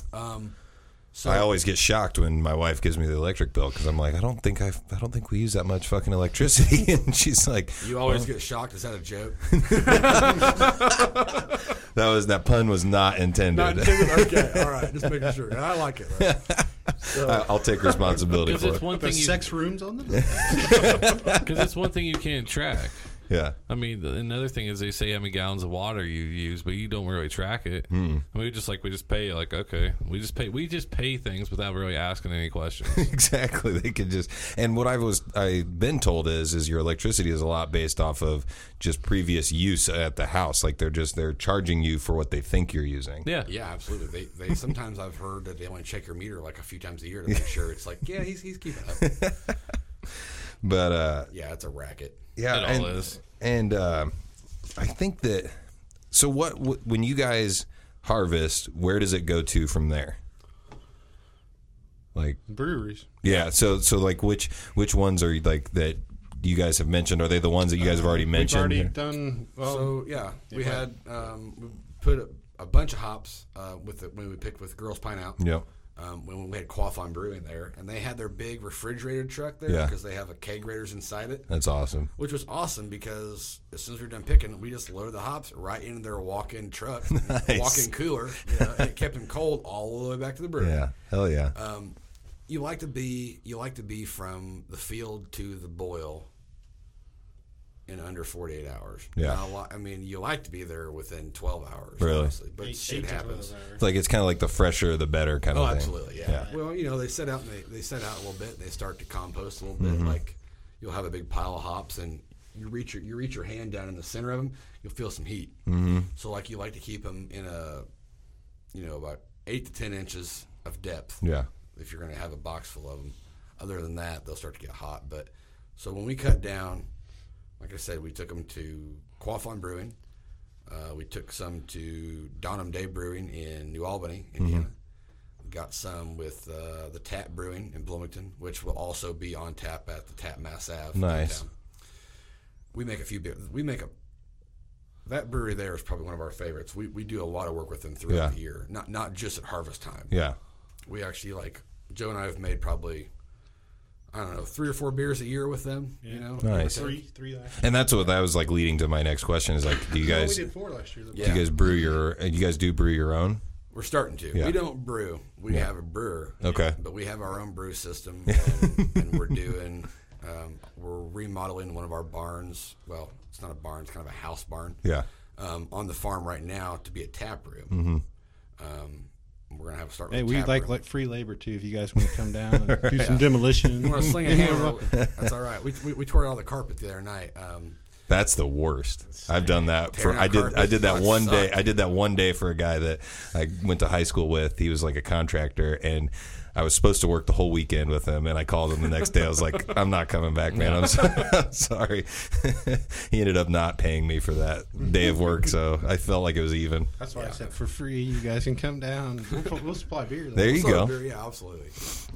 Speaker 1: So
Speaker 2: I always get shocked when my wife gives me the electric bill because I'm like, I don't think I, I don't think we use that much fucking electricity, and she's like,
Speaker 1: you always
Speaker 2: uh-huh.
Speaker 1: get shocked. Is that a joke?
Speaker 2: that was that pun was not intended.
Speaker 1: okay, all right, just making sure. I like it.
Speaker 2: I, will take responsibility
Speaker 3: Because
Speaker 2: for it.
Speaker 3: it's one thing.
Speaker 4: There's
Speaker 3: You,
Speaker 4: sex rooms on the list.
Speaker 3: Because it's one thing you can't track.
Speaker 2: Yeah,
Speaker 3: I mean, the- another thing is they say how many gallons of water you use, but you don't really track it.
Speaker 2: Hmm.
Speaker 3: I mean, we just like we just pay like okay, we just pay we just pay things without really asking any questions.
Speaker 2: exactly. They could just and what I was I've been told is is your electricity is a lot based off of just previous use at the house. Like they're just they're charging you for what they think you're using.
Speaker 3: yeah,
Speaker 1: Yeah, absolutely. They, they sometimes I've heard that they only check your meter like a few times a year to make sure it's like, yeah, he's he's keeping up.
Speaker 2: But uh,
Speaker 1: Yeah, it's a racket.
Speaker 2: yeah,
Speaker 3: It
Speaker 2: and,
Speaker 3: all is.
Speaker 2: And uh, I think that. So what wh- when you guys harvest? Where does it go to from there? Like
Speaker 4: Breweries.
Speaker 2: yeah, so so like which which ones are like that you guys have mentioned? Are they the ones that you guys have already
Speaker 4: Uh, We've
Speaker 2: mentioned?
Speaker 4: already done. Well,
Speaker 1: so yeah, we had um, we put a, a bunch of hops uh, with the, when we picked with Girls Pine Out.
Speaker 2: Yep.
Speaker 1: Um, when we had Quaffon Brewing there, and they had their big refrigerated truck there
Speaker 2: Yeah.
Speaker 1: because they have a K graders inside it,
Speaker 2: That's awesome.
Speaker 1: which was awesome because as soon as we were done picking, we just loaded the hops right into their walk-in truck, walk-in cooler, you know, and it kept them cold all the way back to the brewery.
Speaker 2: Yeah, hell yeah.
Speaker 4: Uh,
Speaker 1: um, you like to be you like to be from the field to the boil in under 48 hours
Speaker 2: Yeah.
Speaker 1: Now, a lot- i mean you like to be there within 12 hours
Speaker 2: Really?
Speaker 1: honestly, but
Speaker 4: eight- eight
Speaker 1: shit
Speaker 4: to twelve
Speaker 1: happens
Speaker 4: hours.
Speaker 2: It's like it's kind of like the fresher the better kind
Speaker 1: oh
Speaker 2: of thing.
Speaker 1: absolutely yeah.
Speaker 2: Yeah.
Speaker 1: well you know they set out and they, they set out a little bit and they start to compost a little bit like you'll have a big pile of hops and you reach your you reach your hand down in the center of them, you'll feel some heat. Mm-hmm. So like you like to keep them in a, you know, about eight to ten inches of depth.
Speaker 2: Yeah.
Speaker 1: If you're going to have a box full of them, other than that they'll start to get hot. But so when we cut down, like I said, we took them to Quaffon Brewing. Uh, we took some to Donham Day Brewing in New Albany,
Speaker 2: Mm-hmm.
Speaker 1: Indiana. We got some with uh, the Tap Brewing in Bloomington, which will also be on tap at the Tap Mass Ave.
Speaker 2: Nice.
Speaker 1: downtown. We make a few beers. We make a that brewery there is probably one of our favorites. We, we do a lot of work with them throughout
Speaker 2: Yeah.
Speaker 1: the year, not not just at harvest time.
Speaker 2: Yeah.
Speaker 1: We actually like Joe and I have made probably I don't know three or four beers a year with them. You know,
Speaker 2: Nice.
Speaker 4: Three, three last.
Speaker 2: And that's what that was like leading to my next question is like, do you
Speaker 4: No,
Speaker 2: guys
Speaker 4: we
Speaker 2: do
Speaker 4: did four last year.
Speaker 1: Yeah.
Speaker 2: you guys brew your and you guys do brew your own?
Speaker 1: We're starting to.
Speaker 2: Yeah.
Speaker 1: We don't brew. We have a brewer.
Speaker 2: Okay.
Speaker 1: But we have our own brew system, and, and we're doing. Um, we're remodeling one of our barns. Well, it's not a barn; it's kind of a house barn.
Speaker 2: Yeah.
Speaker 1: Um, on the farm right now to be a tap room.
Speaker 2: Mm-hmm.
Speaker 1: Um, we're gonna have to start. With
Speaker 4: Hey,
Speaker 1: a
Speaker 4: we
Speaker 1: tap
Speaker 4: like
Speaker 1: room.
Speaker 4: like free labor too. If you guys want to come down and do some demolition,
Speaker 1: You want to sling a hammer? That's all right. We, we, we tore out all the carpet the other night. Um,
Speaker 2: That's the worst. I've done that for.
Speaker 1: Tearing
Speaker 2: I
Speaker 1: out
Speaker 2: did. I
Speaker 1: carpets.
Speaker 2: did that
Speaker 1: That
Speaker 2: one day.
Speaker 1: sucked.
Speaker 2: I did that one day for a guy that I went to high school with. He was like a contractor, and I was supposed to work the whole weekend with him. And I called him the next day. I was like, "I'm not coming back, man. I'm, so, I'm sorry." he ended up not paying me for that day of work, so I felt like it was even.
Speaker 4: that's why I said for free. You guys can come down. We'll, we'll supply beer.
Speaker 2: There you
Speaker 1: so
Speaker 2: go.
Speaker 1: beer- Yeah, absolutely.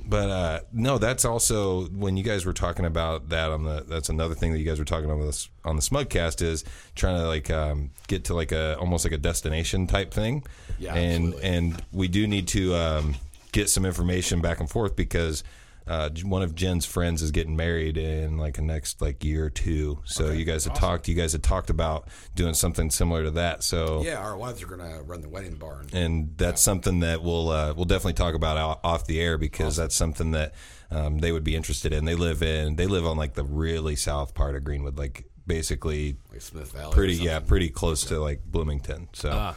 Speaker 2: But uh, no, that's also when you guys were talking about that on the. That's another thing that you guys were talking about on this on the Smugcast is trying to like um, get to like a almost like a destination type thing.
Speaker 1: Yeah,
Speaker 2: and
Speaker 1: absolutely.
Speaker 2: and we do need to um, get some information back and forth because. Uh, one of Jen's friends is getting married in like the next like year or two. So you guys had talked. You guys had talked about doing something similar to that. So
Speaker 1: Yeah, our wives are gonna run the wedding barn.
Speaker 2: and that's something that we'll uh, we'll definitely talk about o- off the air because that's something that um, they would be interested in. They live in they live on like the really south part of Greenwood, like basically
Speaker 1: Like Smith Valley. or
Speaker 2: pretty
Speaker 1: something.
Speaker 2: yeah pretty close to like Bloomington. So,
Speaker 3: Ah,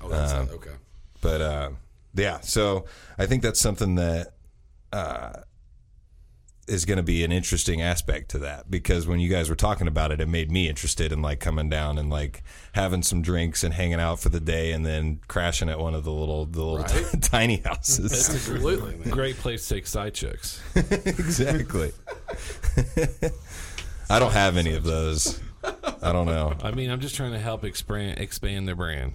Speaker 1: Oh, that's
Speaker 2: uh,
Speaker 1: okay.
Speaker 2: but uh, yeah, so I think that's something that uh, is going to be an interesting aspect to that because when you guys were talking about it, it made me interested in like coming down and like having some drinks and hanging out for the day and then crashing at one of the little the little
Speaker 1: Right.
Speaker 2: tiny houses.
Speaker 1: Absolutely, man.
Speaker 3: great place to take side chicks.
Speaker 2: exactly. I don't have any of those. I don't know.
Speaker 3: I mean, I'm just trying to help expand expand their brand.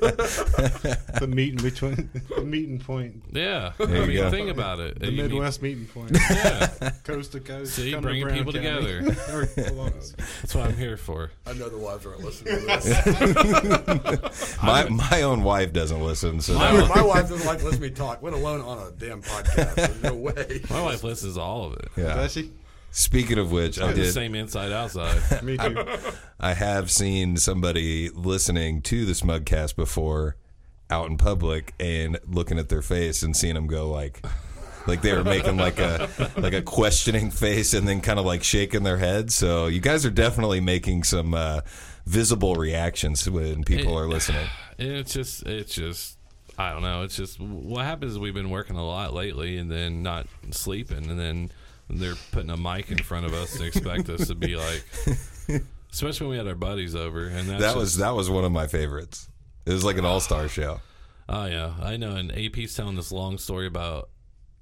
Speaker 4: the meeting between the meeting point,
Speaker 3: Yeah,
Speaker 2: you
Speaker 3: I mean,
Speaker 2: go.
Speaker 3: think about it.
Speaker 4: the
Speaker 3: You need-
Speaker 4: Midwest meeting point,
Speaker 3: yeah,
Speaker 4: coast to coast.
Speaker 3: See,
Speaker 4: come to
Speaker 3: bringing
Speaker 4: Brown
Speaker 3: people
Speaker 4: County. Or Columbus.
Speaker 3: that's what I'm here for.
Speaker 1: I know the wives aren't listening to this.
Speaker 2: My my own wife doesn't listen, so
Speaker 3: My-
Speaker 1: My wife doesn't like to listen to me talk, let alone on a damn podcast. There's no way.
Speaker 3: My wife listens to all of it.
Speaker 2: yeah.
Speaker 4: Does she?
Speaker 2: Speaking of which, I
Speaker 3: The
Speaker 2: did
Speaker 3: same inside outside.
Speaker 4: Me too.
Speaker 2: I have seen somebody listening to the Smugcast before out in public and looking at their face and seeing them go like like they were making like a like a questioning face and then kind of like shaking their head. So you guys are definitely making some uh, visible reactions when people are listening.
Speaker 3: And it's just, it's just, I don't know. It's just what happens is we've been working a lot lately and then not sleeping. And then they're putting a mic in front of us and expect us to be like, especially when we had our buddies over. And that's
Speaker 2: That
Speaker 3: just-
Speaker 2: was that was one of my favorites. It was like an all star show.
Speaker 3: Oh yeah, I know. And AP's telling this long story about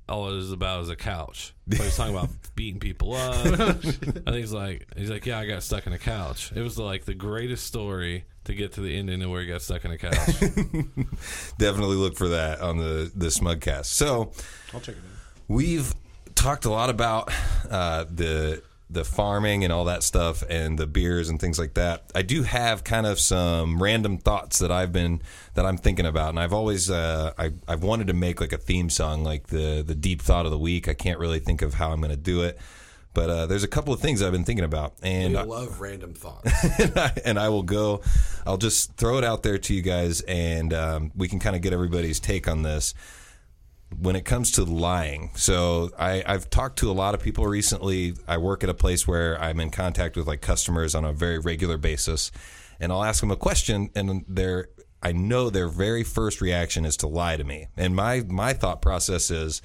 Speaker 3: all it is about is a couch. But he's talking about beating people up. and he's like, he's like, yeah, I got stuck in a couch. It was like the greatest story to get to the ending of where he got stuck in a couch.
Speaker 2: Definitely look for that on the the Smugcast. So
Speaker 4: I'll check it out.
Speaker 2: We've talked a lot about uh, the the farming and all that stuff, and the beers and things like that. I do have kind of some random thoughts that I've been that I'm thinking about, and I've always uh, I, I've wanted to make like a theme song, like the the deep thought of the week. I can't really think of how I'm going to do it, but uh, there's a couple of things I've been thinking about, and
Speaker 1: We
Speaker 2: I-
Speaker 1: love random thoughts.
Speaker 2: and, I, and I will go. I'll just throw it out there to you guys, and um, we can kind of get everybody's take on this when it comes to lying. So I, I've talked to a lot of people recently. I work at a place where I'm in contact with like customers on a very regular basis, and I'll ask them a question, and they're I know their very first reaction is to lie to me. And my my thought process is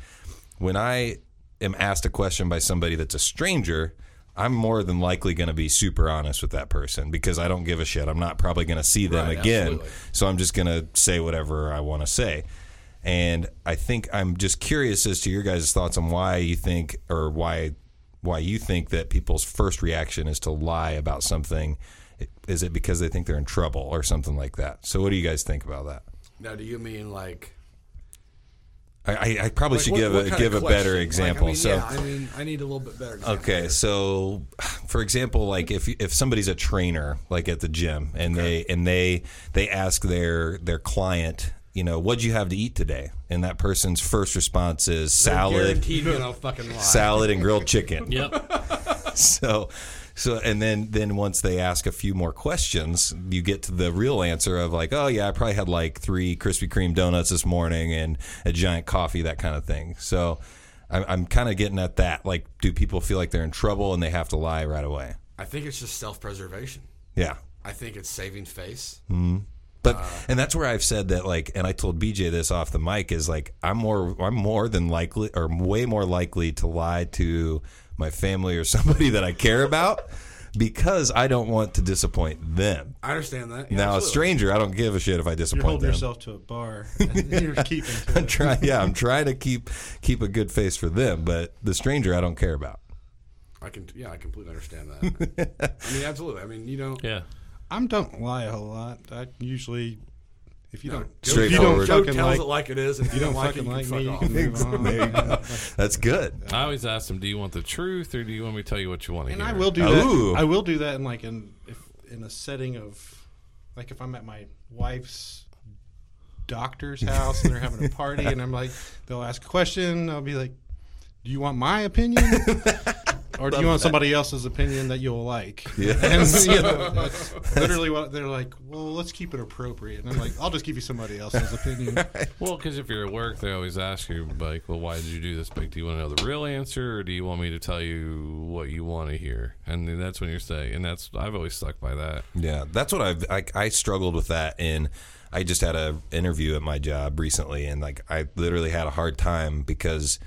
Speaker 2: when I am asked a question by somebody that's a stranger, I'm more than likely going to be super honest with that person because I don't give a shit. I'm not probably going to see them
Speaker 1: Right,
Speaker 2: again.
Speaker 1: absolutely.
Speaker 2: So I'm just going to say whatever I want to say. And I think I'm just curious as to your guys' thoughts on why you think or why why you think that people's first reaction is to lie about something. Is it because they think they're in trouble or something like that? So what do you guys think about that?
Speaker 1: Now, do you mean like?
Speaker 2: I, I- I probably
Speaker 1: like,
Speaker 2: should
Speaker 1: what-
Speaker 2: give
Speaker 1: what
Speaker 2: a
Speaker 1: kind
Speaker 2: give a
Speaker 1: of
Speaker 2: better
Speaker 1: question? Like, I
Speaker 2: example.
Speaker 1: mean,
Speaker 2: so
Speaker 1: yeah, I mean, I need a little bit better. Example
Speaker 2: Okay, so for example, like if if somebody's a trainer, like at the gym, and they and they they ask their their client, you know, what'd you have to eat today? And that person's first response is salad,
Speaker 1: Guaranteed, you know, fucking lie.
Speaker 2: salad and grilled chicken.
Speaker 3: Yep.
Speaker 2: So, so and then then once they ask a few more questions, you get to the real answer of like, oh yeah, I probably had like three Krispy Kreme donuts this morning and a giant coffee, that kind of thing. So, I'm, I'm kind of getting at that. Like, do people feel like they're in trouble and they have to lie right away?
Speaker 1: I think it's just self-preservation.
Speaker 2: Yeah.
Speaker 1: I think it's saving face.
Speaker 2: Hmm. But
Speaker 4: Uh.
Speaker 2: and that's where I've said that like, and I told BJ this off the mic is like I'm more I'm more than likely or way more likely to lie to my family or somebody that I care about because I don't want to disappoint them.
Speaker 1: I understand that. Yeah,
Speaker 2: Now a
Speaker 1: absolutely.
Speaker 2: stranger, I don't give a shit if I
Speaker 4: You're
Speaker 2: disappoint
Speaker 4: holding
Speaker 2: them.
Speaker 4: yourself to a bar. And you're keeping to
Speaker 2: I'm
Speaker 4: it.
Speaker 2: trying, yeah, I'm trying to keep keep a good face for them, but the stranger I don't care about.
Speaker 1: I can, yeah, I completely understand that. I mean, absolutely. I mean, you know,
Speaker 3: Yeah.
Speaker 4: I don't lie a whole lot. I usually, if you
Speaker 1: no,
Speaker 4: don't,
Speaker 1: Joe-
Speaker 4: if you don't
Speaker 2: Straightforward.
Speaker 1: Joe
Speaker 4: fucking
Speaker 1: tells
Speaker 4: like,
Speaker 1: it like it is. and If
Speaker 4: you don't
Speaker 1: like it,
Speaker 4: fucking
Speaker 1: you
Speaker 4: like
Speaker 1: can
Speaker 4: me, you
Speaker 1: fuck
Speaker 4: can
Speaker 1: off.
Speaker 4: move on.
Speaker 2: That's good.
Speaker 3: I always ask them, "Do you want the truth, or do you want me to tell you what you want to
Speaker 4: And
Speaker 3: hear?"
Speaker 4: I will do
Speaker 2: Ooh.
Speaker 4: that. I will do that in like in if, in a setting of like if I'm at my wife's doctor's house and they're having a party and I'm like they'll ask a question, I'll be like, "Do you want my opinion?" Or do you want somebody else's opinion that you'll like?
Speaker 2: Yeah.
Speaker 4: And, you know, that's literally what they're like. Well, let's keep it appropriate. And I'm like, I'll just give you somebody else's opinion.
Speaker 3: Well, because if you're at work, they always ask you, like, well, why did you do this? Like, do you want to know the real answer, or do you want me to tell you what you want to hear? And then that's when you're saying, and that's I've always stuck by that.
Speaker 2: Yeah, that's what I've I, I struggled with that, and I just had a interview at my job recently, and like I literally had a hard time because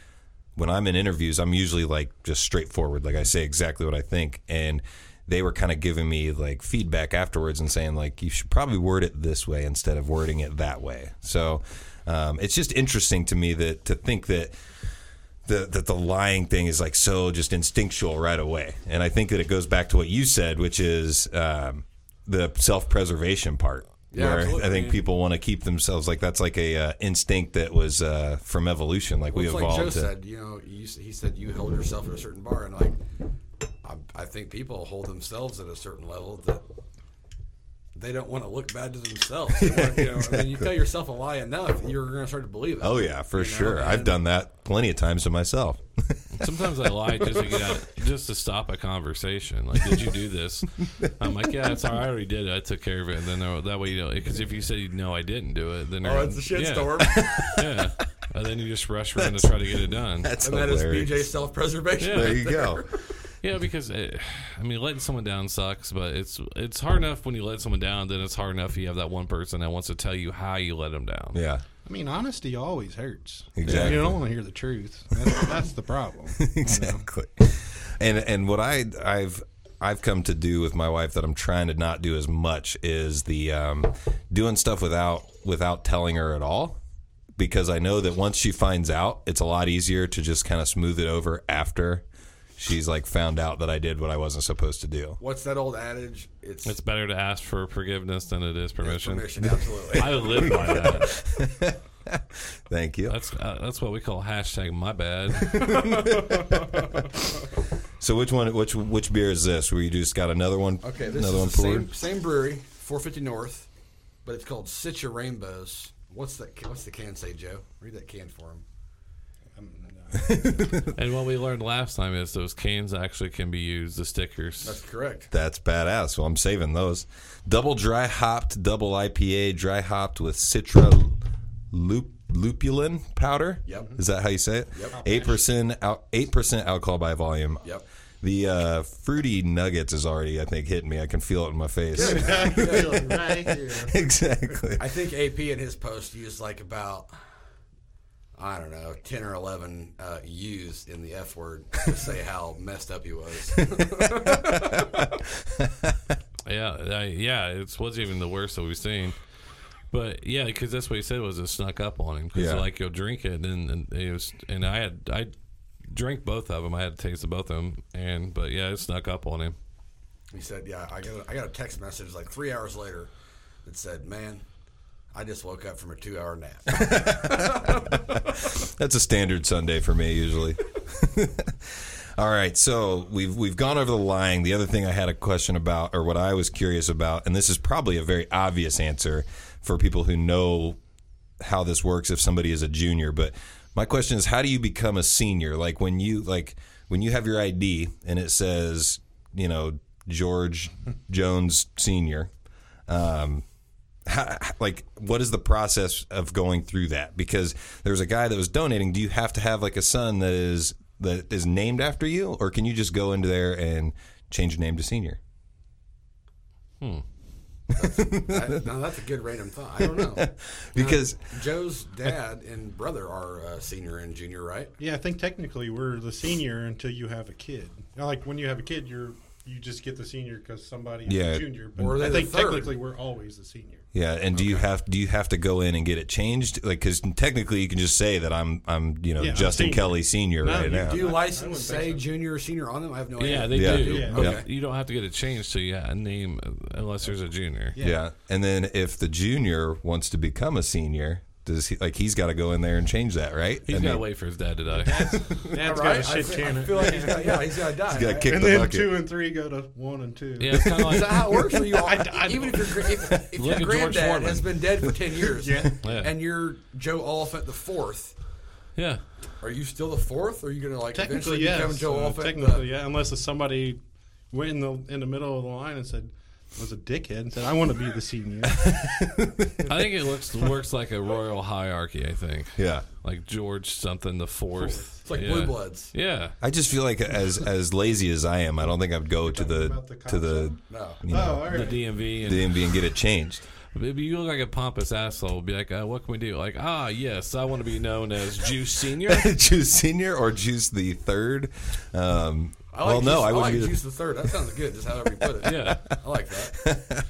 Speaker 2: when I'm in interviews, I'm usually like just straightforward, like I say exactly what I think, and they were kind of giving me like feedback afterwards and saying like you should probably word it this way instead of wording it that way. So um, it's just interesting to me that to think that the, that the lying thing is like so just instinctual right away. And I think that it goes back to what you said, which is um, the self preservation part.
Speaker 1: Yeah,
Speaker 2: where
Speaker 1: absolutely.
Speaker 2: I think people want to keep themselves like that's like a uh, instinct that was uh, from evolution, like we
Speaker 1: It's like
Speaker 2: evolved.
Speaker 1: Joe
Speaker 2: to,
Speaker 1: said. You know, you, s- he said you held yourself at a certain bar, and like, I, I think people hold themselves at a certain level that they don't want to look bad to themselves. They want- you know, I mean, you tell yourself a lie enough, you're going to start to believe it.
Speaker 2: Oh yeah, for
Speaker 1: You know,
Speaker 2: sure. I've
Speaker 1: and-
Speaker 2: done that plenty of times to myself.
Speaker 3: Sometimes I lie just to get out, just to stop a conversation. Like, did you do this? I'm like, yeah, it's all right. I already did it. I took care of it. And then they're- that way, you know, because if you say no, I didn't do it, then they're
Speaker 1: Oh,
Speaker 3: gonna-
Speaker 1: it's a shit
Speaker 3: yeah,
Speaker 1: storm.
Speaker 3: Yeah, and then you just rush around to try to get it done.
Speaker 2: That's
Speaker 1: and that is
Speaker 2: hilarious.
Speaker 1: BJ self-preservation.
Speaker 3: Yeah.
Speaker 2: There you go.
Speaker 3: Yeah, because it, I mean, letting someone down sucks, but it's it's hard enough when you let someone down. Then it's hard enough you have that one person that wants to tell you how you let them down.
Speaker 2: Yeah.
Speaker 4: I mean, honesty always hurts.
Speaker 2: Exactly.
Speaker 4: You don't want to hear the truth. That's, that's the problem.
Speaker 2: exactly. And and what I I've I've come to do with my wife that I'm trying to not do as much is the um, doing stuff without without telling her at all because I know that once she finds out, it's a lot easier to just kind of smooth it over after she's like found out that I did what I wasn't supposed to do.
Speaker 1: What's that old adage? It's,
Speaker 3: It's better to ask for forgiveness than it is permission.
Speaker 1: permission. Absolutely.
Speaker 3: I live by that.
Speaker 2: Thank you.
Speaker 3: That's uh, that's what we call hashtag my bad.
Speaker 2: So which one which which beer is this? Where you just got another one?
Speaker 1: Okay, this
Speaker 2: another
Speaker 1: is
Speaker 2: one
Speaker 1: the
Speaker 2: poured.
Speaker 1: same, same brewery, 450 North, but it's called Sitcha Rainbows. What's that? ca- What's the can say, Joe? Read that can for him.
Speaker 3: and what we learned last time is those cans actually can be used. The stickers.
Speaker 1: That's correct.
Speaker 2: That's badass. Well, I'm saving those. Double dry hopped, double IPA, dry hopped with Citra lup, lupulin powder.
Speaker 1: Yep.
Speaker 2: Is that how you say it?
Speaker 1: Yep.
Speaker 2: Eight percent out. Eight percent alcohol by volume.
Speaker 1: Yep.
Speaker 2: The uh, fruity nuggets is already, I think, hitting me. I can feel it in my face.
Speaker 4: right here.
Speaker 2: exactly.
Speaker 1: I think AP in his post used like about I don't know, 10 or 11 uh, U's in the F word to say how messed up he was.
Speaker 3: Yeah, I, yeah, it was even the worst that we've seen. But yeah, because that's what he said was it snuck up on him. Because
Speaker 2: Yeah.
Speaker 3: like you'll drink it, and, and it was, and I had I drank both of them. I had a taste of both of them, and but yeah, it snuck up on him.
Speaker 1: he said, Yeah, I got, a, I got a text message like three hours later that said, Man, I just woke up from a two hour nap.
Speaker 2: That's a standard Sunday for me usually. All right, so we've we've gone over the lying. The other thing I had a question about, or what I was curious about, and this is probably a very obvious answer for people who know how this works if somebody is a junior, but my question is how do you become a senior? Like when you like when you have your ID and it says, you know, George Jones Senior, how, like what is the process of going through that because there's a guy that was donating do you have to have like a son that is that is named after you or can you just go into there and change your name to senior
Speaker 1: That- now, that's a good random thought. I don't know.
Speaker 2: because
Speaker 1: Joe's dad and brother are uh, senior and junior, right?
Speaker 4: Yeah, I think technically we're the senior until you have a kid. Now, like when you have a kid, you're you just get the senior because somebody is
Speaker 2: Yeah.
Speaker 4: a junior. But
Speaker 1: Or they're
Speaker 4: I
Speaker 1: the
Speaker 4: think
Speaker 1: third.
Speaker 4: technically we're always the senior.
Speaker 2: yeah and do you have do you have to go in and get it changed like because technically you can just say that i'm i'm you know
Speaker 4: Yeah, I'm
Speaker 2: justin
Speaker 4: senior.
Speaker 2: kelly senior
Speaker 4: No,
Speaker 2: right
Speaker 4: you
Speaker 2: now
Speaker 1: Do you
Speaker 4: wouldn't
Speaker 1: license
Speaker 4: think
Speaker 1: say
Speaker 4: so.
Speaker 1: junior or senior on them? I have no idea.
Speaker 3: Yeah, they
Speaker 2: Yeah.
Speaker 3: do.
Speaker 4: Yeah.
Speaker 3: But
Speaker 2: Okay.
Speaker 3: You don't have to get it changed to yeah, a name uh, unless there's a junior.
Speaker 2: yeah. and then if the junior wants to become a senior does he like he's got to go in there and change that right
Speaker 3: He's
Speaker 2: I
Speaker 3: got to
Speaker 2: mean,
Speaker 3: wait for his dad to die.
Speaker 4: Dad's
Speaker 1: right?
Speaker 4: got a
Speaker 1: I,
Speaker 4: shit
Speaker 1: fe- I
Speaker 4: can. it.
Speaker 1: feel like he's got, yeah, he's got to die.
Speaker 2: gotta
Speaker 1: right?
Speaker 2: kick
Speaker 4: and
Speaker 2: the
Speaker 4: then
Speaker 2: bucket.
Speaker 4: two and three go to one and two.
Speaker 3: yeah, it's kind of
Speaker 1: Is that
Speaker 3: like
Speaker 1: how it works for you all?
Speaker 4: I- I
Speaker 1: Even if, your gra- if, if
Speaker 3: Look
Speaker 1: your
Speaker 3: at George
Speaker 1: granddad
Speaker 3: Foreman.
Speaker 1: has been dead for 10 years
Speaker 4: Yeah.
Speaker 3: Yeah.
Speaker 1: and you're Joe Oliphant the fourth,
Speaker 3: yeah.
Speaker 1: are you still the fourth? Or are you going to like
Speaker 4: Technically,
Speaker 1: eventually
Speaker 4: yes.
Speaker 1: become Joe
Speaker 4: Uh,
Speaker 1: Oliphant?
Speaker 4: technically, yeah. Unless if somebody went in the in the middle of the line and said was a dickhead and said I want to be the senior.
Speaker 2: Oh,
Speaker 3: I think it looks works like a royal hierarchy. I think
Speaker 2: yeah
Speaker 3: like George something the fourth.
Speaker 1: It's like
Speaker 3: yeah.
Speaker 1: Blue Bloods.
Speaker 3: Yeah.
Speaker 2: I just feel like as as lazy as I am, I don't think I'd go to the,
Speaker 4: about the
Speaker 2: to the
Speaker 1: No.
Speaker 2: you
Speaker 4: oh,
Speaker 2: know,
Speaker 4: all
Speaker 3: The
Speaker 4: right.
Speaker 3: DMV and
Speaker 2: DMV and get it changed.
Speaker 3: If you look like a pompous asshole, be like, uh, "What can we do?" Like, ah, yes, I want to be known as Juice Senior.
Speaker 2: Juice Senior or Juice the Third? Um,
Speaker 1: I like
Speaker 2: well, no,
Speaker 1: Juice-
Speaker 2: I
Speaker 1: I like
Speaker 2: wouldn't. be
Speaker 1: Juice the third. That sounds good, just however you put it.
Speaker 3: yeah,
Speaker 1: I like that.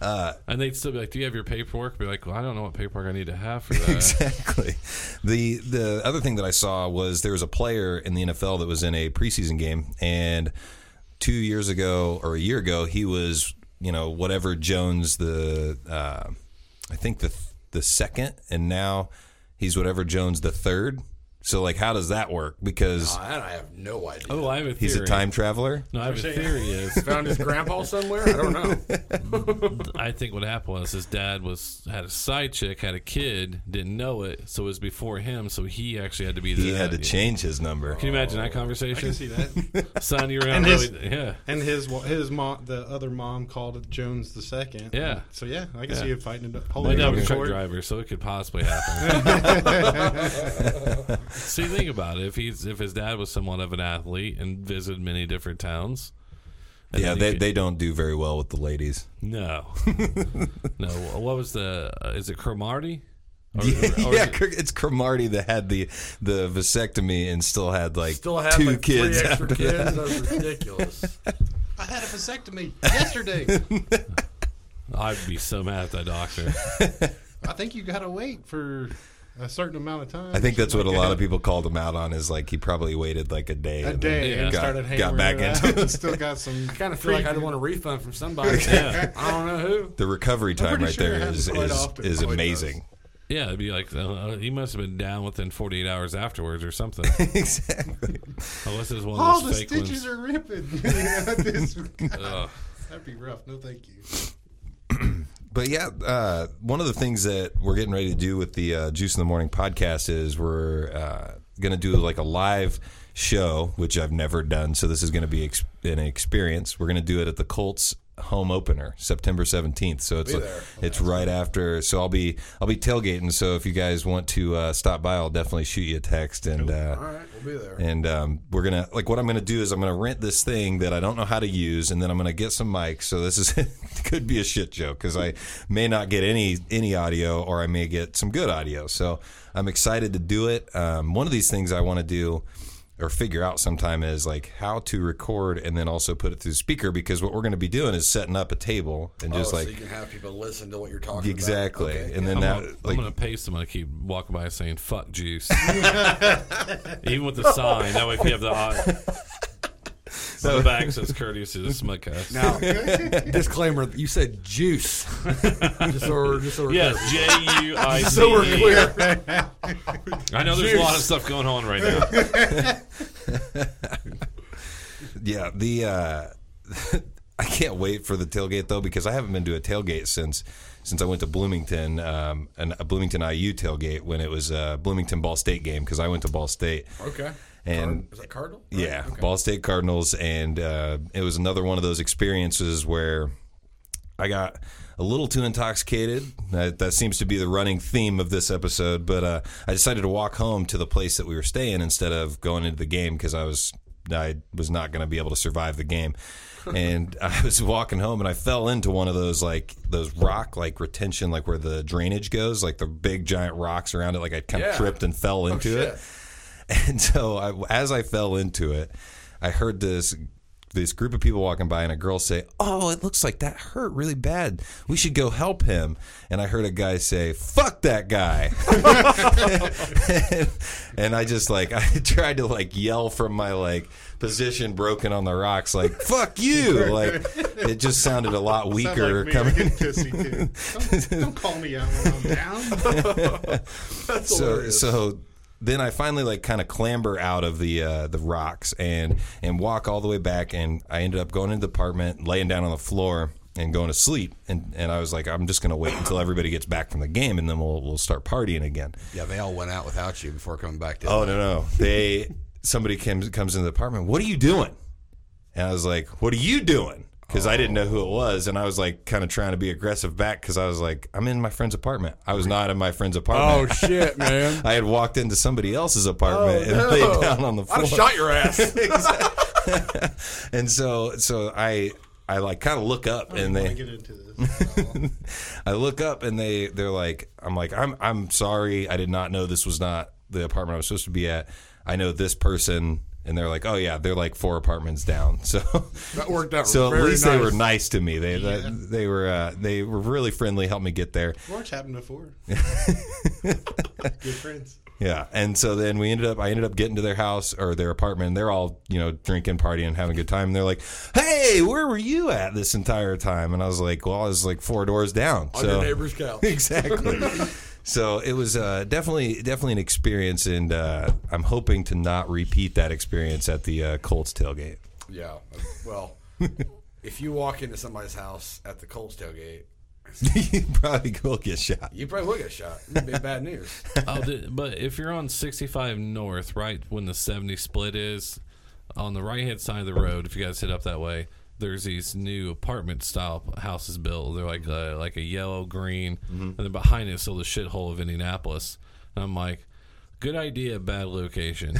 Speaker 3: and they'd still be like, "Do you have your paperwork?" Be like, "Well, I don't know what paperwork I need to have for
Speaker 2: the,
Speaker 3: that."
Speaker 2: exactly. The the other thing that I saw was there was a player in the NFL that was in a preseason game, and two years ago or a year ago, he was you know whatever Jones the uh, I think the the second, and now he's whatever Jones the third. So like, how does that work? Because
Speaker 1: Oh, and I have no idea.
Speaker 3: oh, I have a theory.
Speaker 2: He's a time traveler.
Speaker 3: No, I have a theory. Is
Speaker 1: Found his grandpa somewhere? I don't know.
Speaker 3: I think what happened was his dad was had a side chick, had a kid, didn't know it, so it was before him. So he actually had to be.
Speaker 2: He
Speaker 3: the,
Speaker 2: had to change Oh. his number.
Speaker 3: Can you imagine that
Speaker 4: I can
Speaker 3: conversation?
Speaker 4: see that.
Speaker 3: Son, you're
Speaker 4: And
Speaker 3: around.
Speaker 4: his-
Speaker 3: really, yeah.
Speaker 4: And his wa- his mom, the other mom, called it Jones the second.
Speaker 3: Yeah.
Speaker 4: So yeah, I can
Speaker 3: Yeah.
Speaker 4: see him fighting it up.
Speaker 3: My
Speaker 4: Holding
Speaker 3: dad
Speaker 4: up
Speaker 3: was a
Speaker 4: his
Speaker 3: truck
Speaker 4: court.
Speaker 3: driver, so it could possibly happen. See, think about it. If he's if his dad was somewhat of an athlete and visited many different towns, and
Speaker 2: Yeah,
Speaker 3: then he
Speaker 2: they,
Speaker 3: could-
Speaker 2: they don't do very well with the ladies.
Speaker 3: no, no. What was the? Uh, is it Cromarty?
Speaker 1: Oh,
Speaker 3: Or- or is
Speaker 2: yeah,
Speaker 3: it-
Speaker 2: Cr- it's Cromarty that had the the vasectomy and still had like
Speaker 1: Still have
Speaker 2: two
Speaker 1: like
Speaker 2: kids.
Speaker 1: three extra
Speaker 2: after
Speaker 1: kids.
Speaker 2: that.
Speaker 1: That's ridiculous.
Speaker 4: I had a vasectomy yesterday.
Speaker 3: I'd be so mad at that doctor.
Speaker 4: I think you gotta wait for a certain amount of time.
Speaker 2: I think that's what a lot of people called him out on is like he probably waited like a day.
Speaker 4: A
Speaker 2: and then
Speaker 4: day
Speaker 3: Yeah.
Speaker 4: and
Speaker 2: got,
Speaker 4: started hammering
Speaker 2: got back
Speaker 4: it out
Speaker 2: into
Speaker 4: and still got some.
Speaker 1: I kind of feel like I'd want a refund from somebody. I don't know who.
Speaker 2: the recovery time
Speaker 4: pretty
Speaker 2: right
Speaker 4: sure it
Speaker 2: there
Speaker 4: happens
Speaker 2: is
Speaker 4: quite
Speaker 2: is,
Speaker 4: often.
Speaker 2: is
Speaker 4: Quite
Speaker 2: amazing.
Speaker 3: Yeah, it'd be like uh, he must have been down within 48 hours afterwards or something.
Speaker 2: exactly.
Speaker 3: Unless it's one
Speaker 4: All
Speaker 3: of
Speaker 4: the
Speaker 3: those fake
Speaker 4: stitches
Speaker 3: ones.
Speaker 4: are ripping. This-
Speaker 3: Ugh.
Speaker 4: That'd be rough. No, thank you.
Speaker 2: But yeah, uh, one of the things that we're getting ready to do with the uh, Juice in the Morning podcast is we're uh, going to do like a live show, which I've never done. So this is going to be ex- an experience. We're going to do it at the Colts home opener September 17th. So it's
Speaker 1: Be
Speaker 2: a-
Speaker 1: there.
Speaker 2: it's right after. So I'll be I'll be tailgating. So if you guys want to uh, stop by, I'll definitely shoot you a text and uh,
Speaker 1: All right, we'll be there.
Speaker 2: and um, we're gonna like what I'm gonna do is I'm gonna rent this thing that I don't know how to use, and then I'm gonna get some mics. So this is could be a shit joke because I may not get any any audio, or I may get some good audio. So I'm excited to do it. Um, one of these things I want to do or figure out sometime is like how to record and then also put it through speaker because what we're going to be doing is setting up a table and
Speaker 1: Oh,
Speaker 2: just
Speaker 1: so
Speaker 2: like
Speaker 1: you can have people listen to what you're talking
Speaker 2: exactly
Speaker 1: about. Okay.
Speaker 2: and then
Speaker 3: I'm,
Speaker 2: that
Speaker 3: gonna, I'm
Speaker 2: like
Speaker 3: gonna paste them. I keep walking by saying "fuck juice," even with the sign. That way, if you have the on, on the back says "courtesy of Smutcast."
Speaker 1: Now, disclaimer: you said juice. just so we're, just so we're
Speaker 3: yes,
Speaker 1: clear.
Speaker 3: J U I C E.
Speaker 1: So we're clear.
Speaker 3: I know there's a lot of stuff going on right now.
Speaker 2: Yeah, the uh, I can't wait for the tailgate though because I haven't been to a tailgate since since I went to Bloomington, um, an, a Bloomington IU tailgate when it was a Bloomington Ball State game because I went to Ball State.
Speaker 1: Okay.
Speaker 2: And
Speaker 1: Card- is that Cardinal? Right,
Speaker 2: yeah,
Speaker 1: okay.
Speaker 2: Ball State Cardinals, and uh, it was another one of those experiences where I got a little too intoxicated. That, that seems to be the running theme of this episode. But uh, I decided to walk home to the place that we were staying instead of going into the game because I was I was not going to be able to survive the game. and I was walking home and I fell into one of those like those rock like retention like where the drainage goes like the big giant rocks around it like I kind of
Speaker 1: Yeah. Oh,
Speaker 2: tripped and fell into
Speaker 1: shit.
Speaker 2: it. And so I, as I fell into it, I heard this this group of people walking by and a girl say, "Oh, it looks like that hurt really bad. We should go help him." And I heard a guy say, "Fuck that guy." and, and I just like I tried to like yell from my like position broken on the rocks like "Fuck you." Like it just sounded a lot
Speaker 4: Sounds
Speaker 2: weaker
Speaker 4: like me. I
Speaker 2: coming
Speaker 4: get pissy too. Don't, don't call me out when I'm down.
Speaker 1: That's
Speaker 2: so
Speaker 1: hilarious.
Speaker 2: so then I finally like kind of clamber out of the uh, the rocks and and walk all the way back and I ended up going into the apartment, laying down on the floor and going to sleep and and I was like I'm just gonna wait until everybody gets back from the game and then we'll we'll start partying again.
Speaker 1: yeah, they all went out without you before coming back. To
Speaker 2: Oh no no they somebody comes comes into the apartment. What are you doing? And I was like, What are you doing? Because I didn't know who it was, and I was like, kind of trying to be aggressive back because I was like, I'm in my friend's apartment. I was not in my friend's apartment.
Speaker 1: oh shit, man!
Speaker 2: I had walked into somebody else's
Speaker 1: Oh,
Speaker 2: apartment and laid down on the
Speaker 1: I'd
Speaker 2: floor.
Speaker 1: have shot your ass.
Speaker 2: and so, so I, I like kind of look
Speaker 1: Oh,
Speaker 2: up and
Speaker 4: I
Speaker 2: they,
Speaker 4: get into this.
Speaker 2: I look up and they, they're like, I'm like, I'm, I'm sorry, I did not know this was not the apartment I was supposed to be at. I know this person, and they're like, oh yeah, they're like four apartments down. So,
Speaker 1: That worked out.
Speaker 2: so at
Speaker 1: very
Speaker 2: least
Speaker 1: nice.
Speaker 2: they were nice to me. They,
Speaker 4: Yeah.
Speaker 2: they were, uh, they were really friendly, helped me get there.
Speaker 4: Or it's happened before. Good friends.
Speaker 2: Yeah, and so then we ended up. I ended up getting to their house or their apartment. And they're all you know drinking, partying, having a good time. And they're like, "Hey, where were you at this entire time?" And I was like, "Well, I was like four doors down."
Speaker 1: on
Speaker 2: so
Speaker 1: your neighbor's couch.
Speaker 2: exactly. so it was uh, definitely definitely an experience, and uh, I'm hoping to not repeat that experience at the uh, Colts tailgate.
Speaker 1: Yeah. Well, if you walk into somebody's house at the Colts tailgate,
Speaker 2: you probably will get shot.
Speaker 1: you probably will get shot. It'd be bad news.
Speaker 3: Oh, the, but if you're on 65 North, right when the 70 split is, on the right hand side of the road, if you guys hit up that way, there's these new apartment style houses built. They're like a, like a yellow green, and then behind it's still the shithole of Indianapolis. And I'm like, good idea, bad location.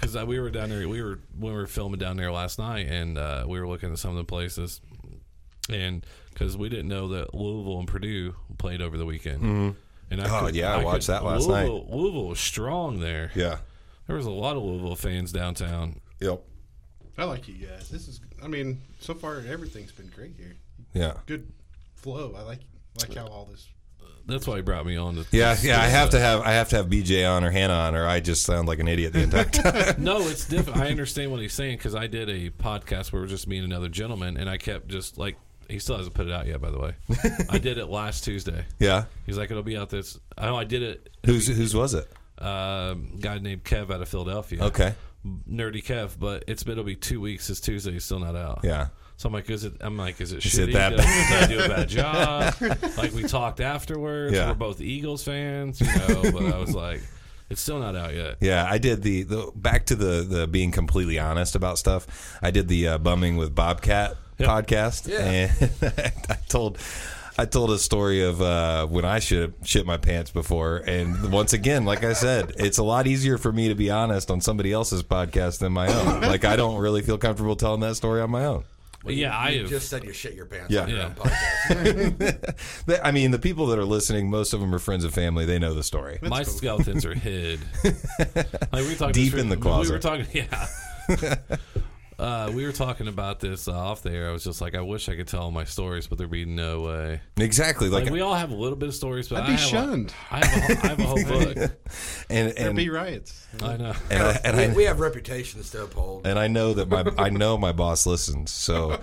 Speaker 3: Because uh, we were down there, we were when we were filming down there last night, and uh, we were looking at some of the places, and because we didn't know that Louisville and Purdue played over the weekend. And I
Speaker 2: Oh, yeah, I watched that last night.
Speaker 3: Louisville, night. Louisville was strong there.
Speaker 2: Yeah.
Speaker 3: There was a lot of Louisville fans downtown.
Speaker 2: Yep.
Speaker 4: I like you guys. This is. I mean, so far everything's been great here.
Speaker 2: Yeah.
Speaker 4: Good flow. I like like how all this.
Speaker 3: That's why he brought me on. To
Speaker 2: Yeah, yeah, I have to have I have to have BJ on or Hannah on or I just sound like an idiot the entire time.
Speaker 3: No, it's different. I understand what he's saying because I did a podcast where it was just me and another gentleman, and I kept just like he still hasn't put it out yet. By the way, I did it last Tuesday.
Speaker 2: yeah.
Speaker 3: He's like, it'll be out this. I know I did it.
Speaker 2: Who's whose was it?
Speaker 3: Um, guy named Kev out of Philadelphia.
Speaker 2: Okay.
Speaker 3: nerdy Kev, but it's been it'll be two weeks. It's Tuesday. He's still not out.
Speaker 2: Yeah.
Speaker 3: So I'm like, is it? I'm like, is it
Speaker 2: Is
Speaker 3: shitty?
Speaker 2: it that
Speaker 3: did, I, did I do a bad job? like we talked afterwards.
Speaker 2: Yeah.
Speaker 3: We're both Eagles fans, you know. But I was like, it's still not out yet.
Speaker 2: Yeah, I did the, the back to the the being completely honest about stuff. I did the uh, bumming with Bobcat. podcast,
Speaker 1: Yeah.
Speaker 2: and I told I told a story of uh, when I should shit my pants before. And once again, like I said, it's a lot easier for me to be honest on somebody else's podcast than my own. like I don't really feel comfortable telling that story on my own.
Speaker 3: yeah, I
Speaker 1: You
Speaker 3: have.
Speaker 1: just said you shit your pants.
Speaker 2: Yeah.
Speaker 1: on your
Speaker 3: Yeah.
Speaker 1: own podcast.
Speaker 2: They- I mean, the people that are listening, most of them are friends and family. They know the story.
Speaker 3: my skeletons are hid. like we talked
Speaker 2: Deep
Speaker 3: this-
Speaker 2: in the
Speaker 3: We were
Speaker 2: closet.
Speaker 3: talking, yeah. uh, we were talking about this uh, off there. I was just like, I wish I could tell all my stories, but there'd be no way.
Speaker 2: Exactly. Like,
Speaker 3: Like we all have a little bit of stories, but
Speaker 4: I'd
Speaker 3: I
Speaker 4: be
Speaker 3: have
Speaker 4: shunned.
Speaker 3: A, I, have a, I have a whole book.
Speaker 2: and
Speaker 4: There'd
Speaker 2: and,
Speaker 4: be
Speaker 2: and,
Speaker 4: riots.
Speaker 3: I know.
Speaker 2: I, and I
Speaker 1: we, we have reputations to uphold.
Speaker 2: and I know that my I know my boss listens. So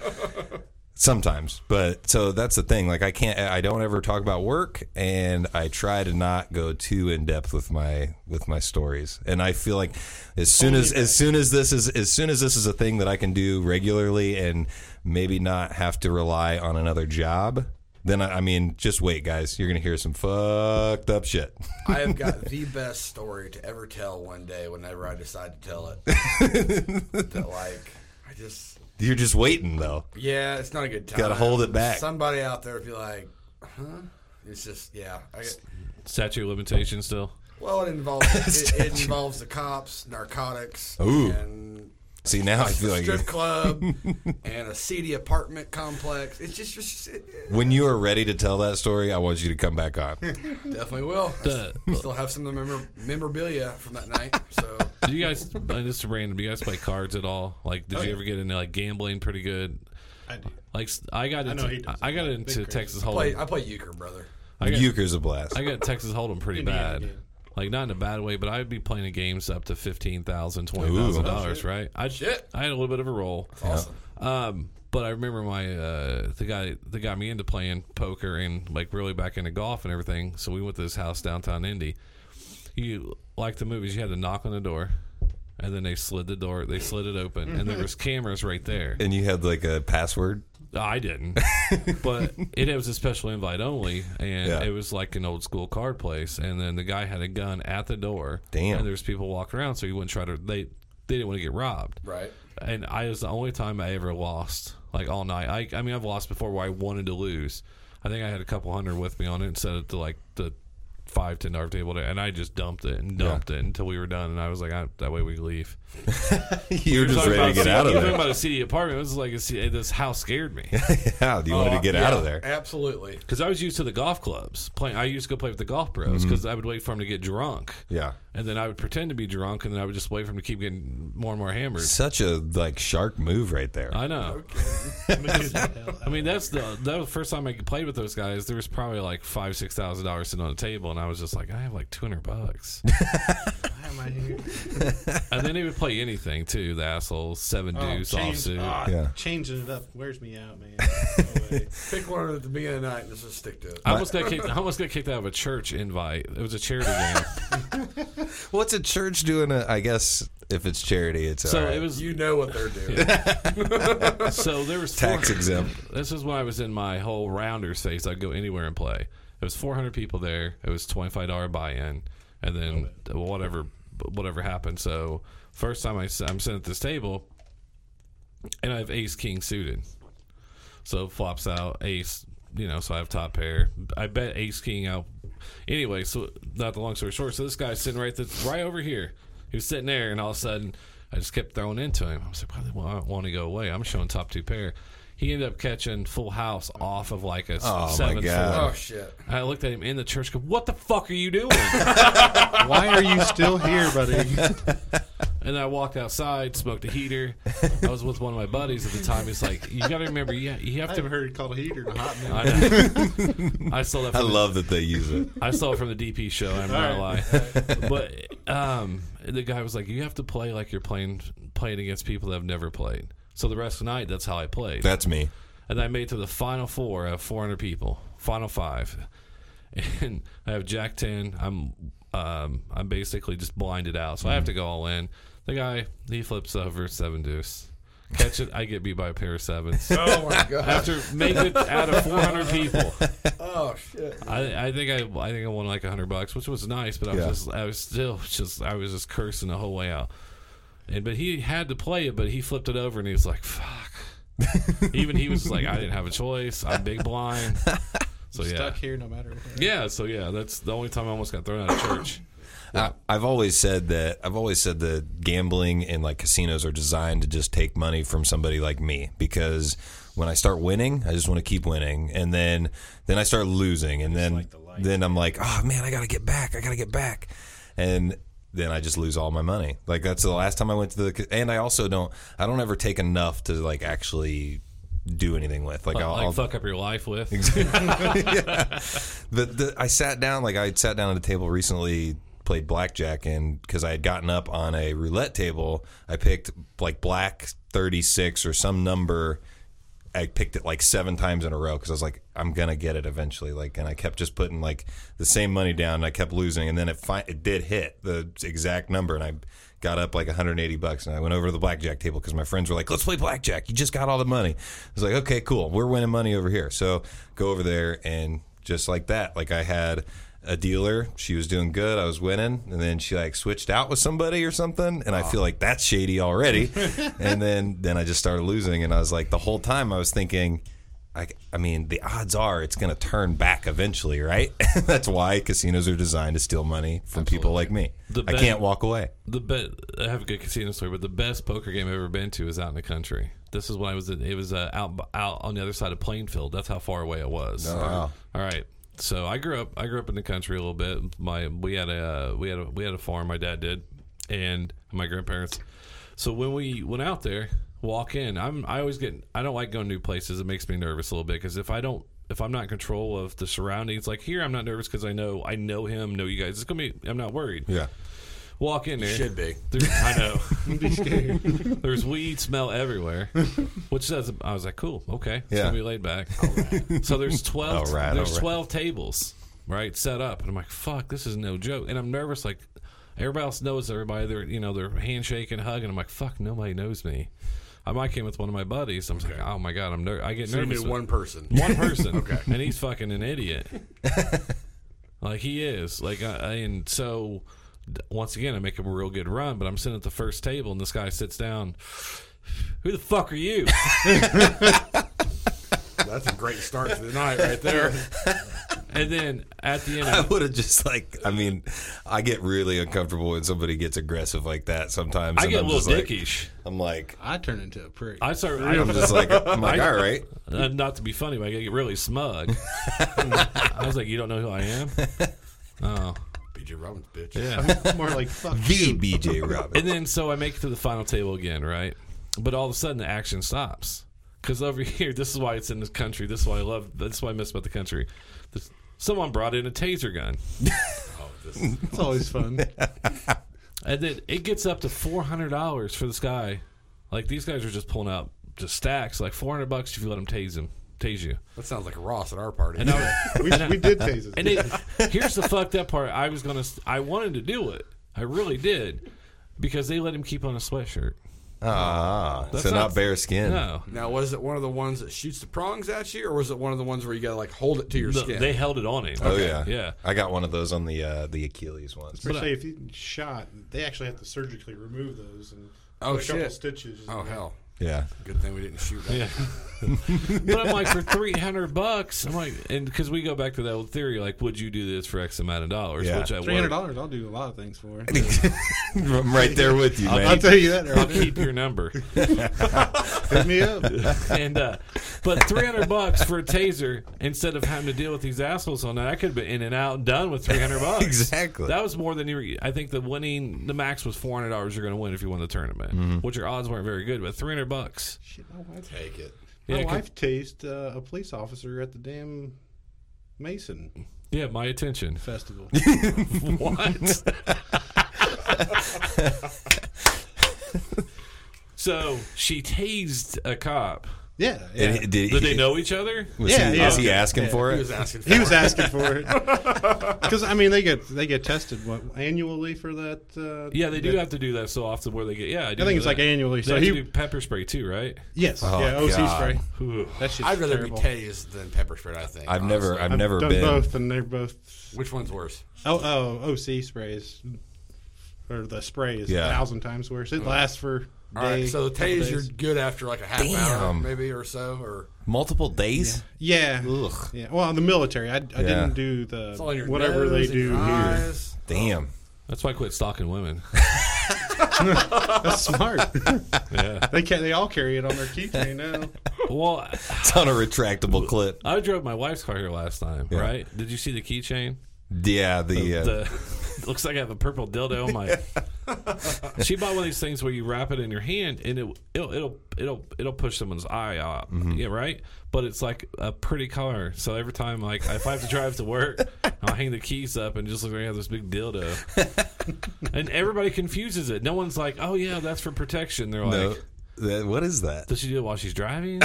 Speaker 2: sometimes, but so that's the thing. Like I can't, I don't ever talk about work, and I try to not go too in depth with my with my stories. And I feel like as soon as as soon as this is as soon as this is a thing that I can do regularly, and maybe not have to rely on another job. Then I I mean, just wait, guys. You're gonna hear some fucked up shit.
Speaker 1: I have got the best story to ever tell one day whenever I decide to tell it. that, like, I just,
Speaker 2: You're just waiting though.
Speaker 1: yeah, it's not a good time.
Speaker 2: Gotta hold it back.
Speaker 1: Somebody out there would be like, huh? It's just, yeah. I get,
Speaker 3: Statute of limitations still.
Speaker 1: well, it involves it, it involves the cops, narcotics,
Speaker 2: Ooh.
Speaker 1: and
Speaker 2: See now, I feel
Speaker 1: a
Speaker 2: like
Speaker 1: strip club, and a seedy apartment complex. It's just, just it, it
Speaker 2: When you are ready to tell that story, I want you to come back on.
Speaker 1: definitely will. I
Speaker 3: The-
Speaker 1: s- still have some of the memor- memorabilia from that night. So
Speaker 3: Do you guys? uh, just random. Do you guys play cards at all? Like,
Speaker 4: Oh,
Speaker 3: did you ever get into like gambling? Pretty good.
Speaker 4: I do.
Speaker 3: Like, s- I got into.
Speaker 4: know he
Speaker 3: I,
Speaker 4: does.
Speaker 3: got
Speaker 4: Big
Speaker 3: into
Speaker 4: crazy.
Speaker 3: Texas
Speaker 1: play,
Speaker 3: Hold'em.
Speaker 1: I play euchre, brother.
Speaker 3: I got,
Speaker 2: Euchre's a blast.
Speaker 3: I got Texas Hold'em pretty
Speaker 4: Indiana
Speaker 3: bad.
Speaker 4: did.
Speaker 3: Like not in a bad way, but I would be playing games up to fifteen thousand, twenty thousand dollars, right? I
Speaker 1: Oh, Shit.
Speaker 3: I had a little bit of a roll.
Speaker 1: Awesome.
Speaker 3: Um, but I remember my uh, the guy that got me into playing poker and like really back into golf and everything. So we went to this house downtown Indy. You like the movies? You had to knock on the door, and then they slid the door. They slid it open, and
Speaker 1: Mm-hmm.
Speaker 3: there was cameras right there.
Speaker 2: and you had like a password.
Speaker 3: I didn't, but it, was a special invite only, and
Speaker 2: Yeah.
Speaker 3: it was like an old school card place. And then the guy had a gun at the door.
Speaker 2: Damn.
Speaker 3: And there was people walking around, so he wouldn't try to. They they didn't want to get robbed.
Speaker 1: Right.
Speaker 3: And I it was the only time I ever lost, like all night. I I mean, I've lost before where I wanted to lose. I think I had a couple hundred with me on it and set it to like the five ten dollar table, and I just dumped it and dumped it until we were done. And I was like, I, that way we leave.
Speaker 2: you were
Speaker 3: You're
Speaker 2: just
Speaker 3: talking
Speaker 2: ready to
Speaker 3: about
Speaker 2: get
Speaker 3: a-
Speaker 2: out of
Speaker 3: you're talking
Speaker 2: there.
Speaker 3: about a city apartment. It was like a, ci- this house scared me.
Speaker 2: Yeah, you
Speaker 3: Oh,
Speaker 2: wanted to get out of
Speaker 1: Yeah,
Speaker 2: there.
Speaker 1: Absolutely.
Speaker 3: because I was used to the golf clubs playing. I used to go play with the golf bros because I would wait for them to get drunk,
Speaker 2: Mm-hmm. Yeah.
Speaker 3: and then I would pretend to be drunk, and then I would just wait for them to keep getting more and more hammered.
Speaker 2: Such a like shark move right there.
Speaker 3: I know. I
Speaker 4: I
Speaker 3: mean, that's the that was the first time I played with those guys. There was probably like five, six thousand dollars sitting on the table, and I was just like, I have like two hundred bucks.
Speaker 4: why am I here?
Speaker 3: and then they would play anything too. The assholes, seven deuce,
Speaker 4: change-
Speaker 3: offsuit.
Speaker 4: Oh, ah,
Speaker 2: Yeah.
Speaker 4: Changing it up wears me out, man. No way.
Speaker 1: Pick one at the beginning of the night and let's just stick to it.
Speaker 3: I almost got kicked. I almost got kicked out of a church invite. It was a charity game,
Speaker 2: What's a church doing? A, I guess if it's charity, it's
Speaker 3: so
Speaker 2: all right.
Speaker 3: it was.
Speaker 1: You know what they're doing.
Speaker 3: So there was four-
Speaker 2: tax exempt.
Speaker 3: This is when I was in my whole rounders phase. I'd go anywhere and play. It was 400 people there. It was $25 buy-in, and then whatever whatever happened. So first time I, am sitting at this table, and I have ace king suited. So flops out ace. You know, so I have top pair. I bet ace king out. Anyway, so not the long story short. So this guy's sitting right this, right over here. He was sitting there, and all of a sudden, I just kept throwing into him. I was like, "Well, I don't want to go away. I'm showing top two pair." He ended up catching full house off of like a
Speaker 2: Oh,
Speaker 3: seven
Speaker 2: my
Speaker 3: seventh
Speaker 2: God.
Speaker 3: floor.
Speaker 1: oh shit.
Speaker 3: And I looked at him in the church. Go, what the fuck are you doing?
Speaker 4: Why are you still here, buddy?
Speaker 3: And I walked outside, smoked a heater. I was with one of my buddies at the time. He's like, "You got to remember, you, you have
Speaker 4: I
Speaker 3: to."
Speaker 4: haven't heard it called a heater in a hot minute.
Speaker 3: I, know. I saw that.
Speaker 2: I
Speaker 3: From the-
Speaker 2: love that they use it.
Speaker 3: I saw it from the DP show. I'm not gonna lie, but um, the guy was like, "You have to play like you're playing playing against people that have never played." So the rest of the night, that's how I played,
Speaker 2: That's me.
Speaker 3: and I made it to the final four of 400 people, final five, and I have Jack ten. I'm um, I'm basically just blinded out, so I have to go all in. The guy he flips over seven deuce, catch it. I get beat by a pair of sevens
Speaker 1: Oh my god.
Speaker 3: after making it out of 400 people.
Speaker 1: Oh shit.
Speaker 3: I, I think I I think I won like a hundred bucks, which was nice, but I was
Speaker 2: Yeah.
Speaker 3: just I was still just I was just cursing the whole way out. And but he had to play it, but he flipped it over and he was like, "Fuck." Even he was like, I didn't have a choice. I'm big blind. So yeah,
Speaker 4: Stuck here no matter what.
Speaker 3: yeah. So yeah, that's the only time I almost got thrown out of church.
Speaker 2: I, I've always said that I've always said that gambling and like casinos are designed to just take money from somebody like me because when I start winning, I just want to keep winning, and then then I start losing, and then
Speaker 4: like the light.
Speaker 2: then I'm like, oh man, I gotta get back, I gotta get back, and then I just lose all my money. Like that's the last time I went to the, ca- and I also don't I don't ever take enough to like actually do anything with. Like, I'll,
Speaker 3: like
Speaker 2: I'll
Speaker 3: fuck up your life with.
Speaker 2: the, the I sat down like I had sat down at a table recently played blackjack and because I had gotten up on a roulette table I picked like black 36 or some number I picked it like seven times in a row because I was like I'm gonna get it eventually like and I kept just putting like the same money down and I kept losing and then it fi- it did hit the exact number and I got up like 180 bucks and I went over to the blackjack table because my friends were like let's play blackjack you just got all the money I was like okay cool we're winning money over here so go over there and just like that. Like I had a dealer, she was doing good, I was winning, and then she like switched out with somebody or something, and I feel like that's shady already. and then then I just started losing, and I was like the whole time I was thinking. I, I mean, the odds are it's going to turn back eventually, right? That's why casinos are designed to steal money from people like me.
Speaker 3: The
Speaker 2: I
Speaker 3: bet-
Speaker 2: can't walk away.
Speaker 3: The bet I have a good casino story, but the best poker game I've ever been to is out in the country. This is when I was in, it was uh, out out on the other side of Plainfield. That's how far away it was.
Speaker 2: Oh, wow.
Speaker 3: All right. So I grew up I grew up in the country a little bit. My we had a uh, we had a we had a farm. My dad did, and my grandparents. So when we went out there, walk in. I'm I always get I don't like going new places. It makes me nervous a little bit because if I don't if I'm not in control of the surroundings, like here I'm not nervous because I know I know him, know you guys. It's gonna be I'm not worried.
Speaker 2: Yeah.
Speaker 3: Walk in there.
Speaker 1: Should be.
Speaker 3: There- I know. There's weed smell everywhere, which does. I was like, cool, okay, it's
Speaker 2: Yeah.
Speaker 3: gonna be laid back. So there's twelve.
Speaker 2: All right,
Speaker 3: there's
Speaker 2: all right.
Speaker 3: twelve tables, right, set up, and I'm like, fuck, this is no joke, and I'm nervous. Like everybody else knows everybody. They're you know they're handshaking, hugging. I'm like, fuck, nobody knows me. I might came with one of my buddies. I'm like, oh my god, I'm ner- I get
Speaker 1: So you
Speaker 3: nervous.
Speaker 1: knew
Speaker 3: with-
Speaker 1: one person.
Speaker 3: one person, and he's fucking an idiot. like he is. Like I, I- and so d- once again, I make him a real good run, but I'm sitting at the first table, and this guy sits down. Who the fuck are you?
Speaker 1: That's a great start to the night right there.
Speaker 3: and then at the end,
Speaker 2: I
Speaker 3: I,
Speaker 2: would have just like, I mean, I get really uncomfortable when somebody gets aggressive like that sometimes.
Speaker 3: I
Speaker 2: and
Speaker 3: get a
Speaker 2: I'm
Speaker 3: little
Speaker 2: just like-
Speaker 3: dickish.
Speaker 2: I'm like,
Speaker 4: I turn into a prick.
Speaker 3: I start.
Speaker 2: I'm
Speaker 3: I,
Speaker 2: just like, I'm like, all right.
Speaker 3: uh, not to be funny, but I get really smug. I was like, "You don't know who I am." Oh,
Speaker 1: PJ Robbins, bitch.
Speaker 3: yeah.
Speaker 4: More like fuck
Speaker 2: The BJ Robbins.
Speaker 3: And then so I make it to the final table again, right? But all of a sudden the action stops because over here, this is why it's in this country. This is why I love. This is why I miss about the country. This, someone brought in a taser gun,
Speaker 4: It's always fun.
Speaker 3: and then it gets up to four hundred dollars for this guy. Like these guys are just pulling out just stacks, like four hundred bucks if you let them tase him, tase you.
Speaker 1: That sounds like Ross at our party.
Speaker 3: And I was,
Speaker 4: We, we did tases.
Speaker 3: And it, here's the fucked up part. I was gonna, I wanted to do it. I really did, because they let him keep on a sweatshirt.
Speaker 2: Ah, so
Speaker 3: That's
Speaker 2: not
Speaker 3: not-
Speaker 2: bare skin.
Speaker 3: No,
Speaker 1: Now, was it one of the ones that shoots the prongs at you, or was it one of the ones where you got to like hold it to your
Speaker 3: The-
Speaker 1: skin?
Speaker 3: they held it on him.
Speaker 2: Oh yeah,
Speaker 3: yeah.
Speaker 2: I got one of those on the uh, the Achilles ones.
Speaker 4: Per se, if you shot, they actually have to surgically remove those and
Speaker 1: Oh,
Speaker 4: put a couple
Speaker 1: shit.
Speaker 4: stitches.
Speaker 1: oh hell!
Speaker 2: Yeah,
Speaker 1: Good thing we didn't shoot that.
Speaker 3: Yeah. but I'm like, for 300 bucks, I'm like, and because we go back to that old theory, like, would you do this for X amount of dollars?
Speaker 2: Yeah.
Speaker 3: Which I
Speaker 4: Three hundred
Speaker 3: would.
Speaker 4: dollars, I'll do a lot of things for.
Speaker 2: I'm right there with you,
Speaker 4: I'll
Speaker 2: man.
Speaker 4: tell you that.
Speaker 3: I'll
Speaker 4: Earl.
Speaker 3: keep your number.
Speaker 4: Hit me up.
Speaker 3: And, uh, but 300 bucks for a taser instead of having to deal with these assholes all night, I could have been in and out and done with 300 bucks.
Speaker 2: Exactly.
Speaker 3: That was more than you were, I think the winning, the max was $400 you're going to win if you won the tournament,
Speaker 2: Mm-hmm.
Speaker 3: which your odds weren't very good, but 300 bucks.
Speaker 4: Shit, my wife.
Speaker 1: Take it.
Speaker 3: Yeah,
Speaker 4: my
Speaker 3: it could-
Speaker 4: wife tased uh, a police officer at the damn Mason
Speaker 3: Yeah, my attention.
Speaker 4: festival.
Speaker 3: What? so she tased a cop.
Speaker 4: yeah, yeah.
Speaker 2: And he- did,
Speaker 3: Did
Speaker 2: he-
Speaker 3: they know each other?
Speaker 2: Was,
Speaker 4: Yeah,
Speaker 2: he,
Speaker 4: yeah.
Speaker 2: was he asking
Speaker 4: Yeah.
Speaker 2: for
Speaker 1: He
Speaker 2: it?
Speaker 1: was asking. For
Speaker 4: He was asking for it because I mean they get they get tested what annually for that. Uh,
Speaker 3: Yeah, they do
Speaker 4: that-
Speaker 3: have to do that so often where they get. Yeah, I, do
Speaker 4: I think
Speaker 3: know
Speaker 4: it's like
Speaker 3: that.
Speaker 4: annually.
Speaker 3: They
Speaker 4: So
Speaker 3: have
Speaker 4: he
Speaker 3: to do pepper spray too, right?
Speaker 4: yes,
Speaker 2: Oh,
Speaker 4: yeah, OC
Speaker 2: God.
Speaker 4: spray.
Speaker 3: Ooh.
Speaker 4: That shit's
Speaker 1: I'd rather
Speaker 4: terrible.
Speaker 1: be tased than pepper sprayed. I think.
Speaker 2: I've never,
Speaker 1: honestly.
Speaker 2: I've never
Speaker 4: done
Speaker 2: been.
Speaker 4: both, and they're both
Speaker 1: Which one's worse?
Speaker 4: Oh, oh, OC sprays or the spray is
Speaker 2: Yeah.
Speaker 4: a thousand times worse. It lasts for
Speaker 1: All right,
Speaker 4: day,
Speaker 1: so
Speaker 4: couple
Speaker 1: Tays, you're
Speaker 4: days.
Speaker 1: good after like a half hour,
Speaker 2: Damn.
Speaker 1: maybe or so, or
Speaker 2: Multiple days?
Speaker 4: yeah,
Speaker 2: Ugh.
Speaker 4: yeah. Well, the military, I, I didn't do
Speaker 1: it's all in
Speaker 4: the
Speaker 1: your
Speaker 4: whatever
Speaker 1: nose
Speaker 4: they
Speaker 1: and
Speaker 4: do
Speaker 1: your
Speaker 4: here.
Speaker 1: eyes.
Speaker 2: Damn.
Speaker 3: That's why I quit stalking women.
Speaker 4: That's smart.
Speaker 3: Yeah.
Speaker 4: they can, they all carry it on their keychain now.
Speaker 3: well,
Speaker 2: It's on a retractable clip.
Speaker 3: I drove my wife's car here last time, right? Did you see the keychain?
Speaker 2: Yeah, the, uh,
Speaker 3: The looks like I have a purple dildo on my. she bought one of these things where you wrap it in your hand and it it'll it'll it'll, it'll push someone's eye out,
Speaker 2: Mm-hmm.
Speaker 3: yeah, right? But it's like a pretty color. So every time, like if I have to drive to work, I'll hang the keys up and just look like I have this big dildo, and everybody confuses it. No one's like, "Oh yeah, that's for protection." They're like.
Speaker 2: no, that, what is that?
Speaker 3: Does she do it while she's driving?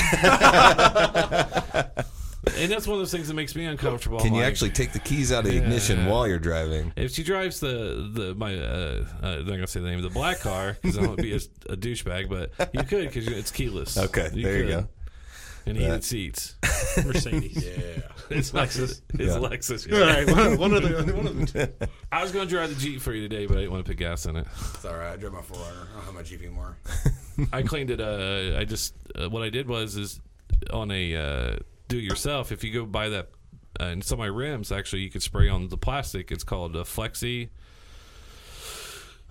Speaker 3: and that's one of those things that makes me uncomfortable.
Speaker 2: Can
Speaker 3: I'm
Speaker 2: you
Speaker 3: like,
Speaker 2: actually take the keys out of the ignition while you're driving?
Speaker 3: If she drives the the my uh, uh, I'm not gonna say the name of the black car because I don't want to be a, a douchebag, but you could because it's keyless.
Speaker 2: Okay, there you go.
Speaker 3: And heated seats.
Speaker 4: Mercedes.
Speaker 1: Yeah,
Speaker 3: It's Lexus. It's Lexus.
Speaker 4: All
Speaker 3: yeah.
Speaker 4: right, one, one of the one of the two.
Speaker 3: I was gonna drive the Jeep for you today, but I didn't want to put gas in it.
Speaker 1: it's all right. I drove my Forerunner. I don't have my Jeep anymore.
Speaker 3: I cleaned it. Uh, I just uh, what I did was is on a uh, do it yourself. If you go buy that, uh, and some of my rims actually, you could spray on the plastic. It's called uh, Flexi.